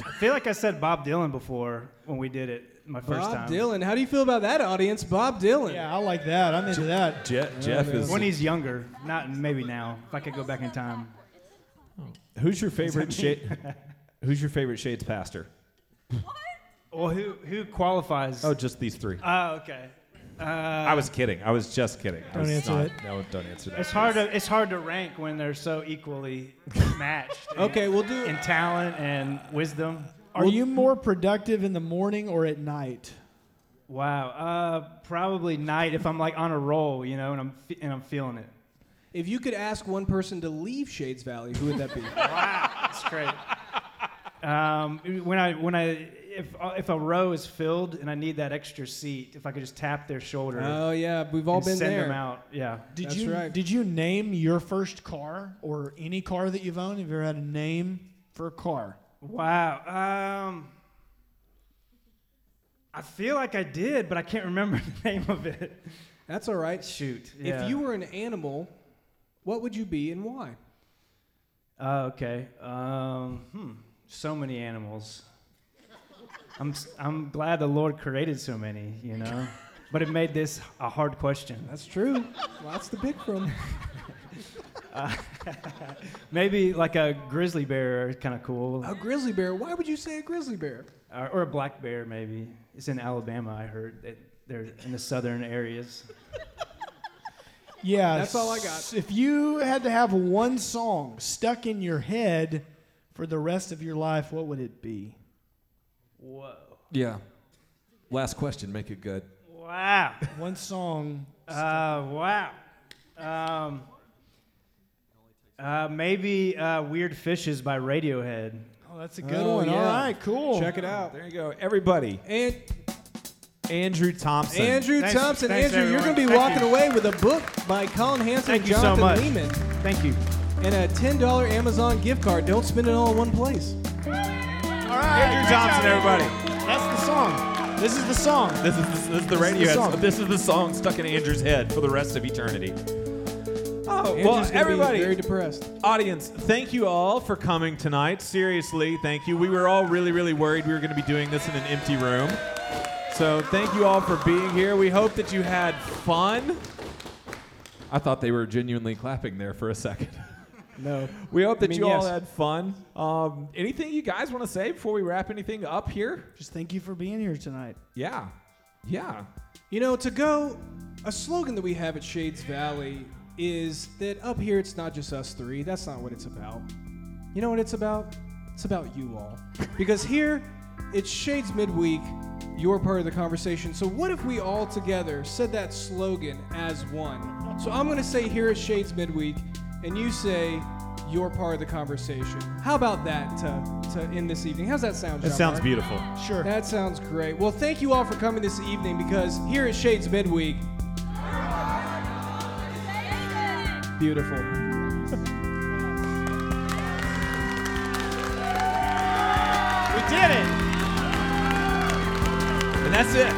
Speaker 16: I feel like I said Bob Dylan before when we did it my first
Speaker 3: Bob
Speaker 16: time.
Speaker 3: Dylan. How do you feel about that audience? Bob Dylan. Yeah,
Speaker 1: I like that. I'm into that.
Speaker 16: when he's younger, not maybe now. If I could go back in time.
Speaker 2: Who's your favorite
Speaker 16: Does that
Speaker 2: shade? Who's your favorite shades pastor?
Speaker 16: Well, who who qualifies?
Speaker 2: Oh, just these three.
Speaker 16: Oh, okay. Uh,
Speaker 2: I was kidding. I was just kidding. I
Speaker 16: Don't
Speaker 2: was
Speaker 16: answer
Speaker 2: not-
Speaker 16: it.
Speaker 2: No, don't answer that.
Speaker 16: It's hard to it's hard to rank when they're so equally matched.
Speaker 3: okay, we'll do
Speaker 16: in talent and wisdom.
Speaker 1: Are you more productive in the morning or at night?
Speaker 16: Wow. Uh, probably night if I'm like on a roll, you know, and I'm fe- and I'm feeling it.
Speaker 3: If you could ask one person to leave Shades Valley, who would that be?
Speaker 16: wow, that's great. Um, when I when I if uh, if a row is filled and I need that extra seat, if I could just tap their shoulder.
Speaker 3: Oh, yeah, we've all
Speaker 16: and
Speaker 3: been
Speaker 16: send
Speaker 3: there.
Speaker 16: them out. Yeah.
Speaker 1: Did you did you name your first car or any car that you've owned? Have you ever had a name for a car?
Speaker 16: Wow. Um, I feel like I did, but I can't remember the name of it.
Speaker 3: That's all right.
Speaker 16: Shoot.
Speaker 3: If you were an animal, what would you be and why?
Speaker 16: Uh, okay. Um, hmm. So many animals. I'm, s- I'm glad the Lord created so many, you know? but it made this a hard question.
Speaker 3: That's true. Lots to pick from.
Speaker 16: Uh, maybe like a grizzly bear is kind of cool.
Speaker 3: A grizzly bear. Why would you say a grizzly bear?
Speaker 16: Or, or a black bear, maybe. It's in Alabama, I heard. That they're in the southern areas.
Speaker 1: Yeah.
Speaker 16: That's all I
Speaker 1: got. If you had to have one song stuck in your head for the rest of your life, what would it be?
Speaker 16: Whoa.
Speaker 17: Yeah. Last question. Make it good.
Speaker 16: Wow.
Speaker 1: One song.
Speaker 16: Uh, wow. Um, uh, maybe uh, Weird Fishes by Radiohead.
Speaker 1: Oh, that's
Speaker 16: a
Speaker 1: good one. All right, cool.
Speaker 16: Check it out.
Speaker 17: There you go. Everybody.
Speaker 3: And
Speaker 17: Andrew Thompson.
Speaker 3: Andrew Thompson. Andrew, you're going to be walking away with a book by Colin Hanson
Speaker 16: Thank
Speaker 3: and
Speaker 16: you so
Speaker 3: Jonathan
Speaker 16: much.
Speaker 3: Lehman.
Speaker 16: Thank you.
Speaker 3: And a $10 Amazon gift card. Don't spend it all in one place.
Speaker 1: All right.
Speaker 2: Andrew Thompson, everybody.
Speaker 1: That's the song. This is the song.
Speaker 2: This is the, this is the
Speaker 1: This is the
Speaker 2: radio.
Speaker 1: song.
Speaker 2: this is the song stuck in Andrew's head for the rest of eternity. Oh,
Speaker 3: Andrew's
Speaker 2: well,
Speaker 3: gonna be
Speaker 2: everybody.
Speaker 3: very depressed.
Speaker 2: Audience, thank you all for coming tonight. Seriously, thank you. We were all really, really worried we were going to be doing this in an empty room. So, thank you all for being here. We hope that you had fun. I thought they were genuinely clapping there for a second.
Speaker 3: No.
Speaker 2: We hope
Speaker 3: I
Speaker 2: that
Speaker 3: mean,
Speaker 2: you all
Speaker 3: yes.
Speaker 2: had fun. Um, anything you guys want to say before we wrap anything up here?
Speaker 1: Just thank you for being here tonight.
Speaker 2: Yeah. Yeah.
Speaker 3: You know, to go, a slogan that we have at Shades Valley is that up here it's not just us three. That's not what it's about. You know what it's about? It's about you all. Because here, it's Shades Midweek. You're part of the conversation. So, what if we all together said that slogan as one? So, I'm going to say, Here is Shades Midweek, and you say, You're part of the conversation. How about that to, to end this evening? How's that sound,
Speaker 2: That
Speaker 3: John
Speaker 2: sounds
Speaker 3: Mark?
Speaker 2: beautiful.
Speaker 1: Sure.
Speaker 3: That sounds great. Well, thank you all for coming this evening because here at Shades Midweek. Beautiful.
Speaker 1: We did it.
Speaker 2: And that's it.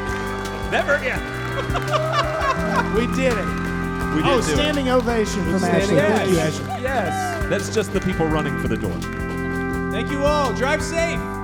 Speaker 2: Never again.
Speaker 1: we did it.
Speaker 2: We did
Speaker 1: oh,
Speaker 2: do it.
Speaker 1: standing ovation from Ashley. Thank you, Ashley.
Speaker 2: Yes. That's just the people running for the door.
Speaker 3: Thank you all. Drive safe.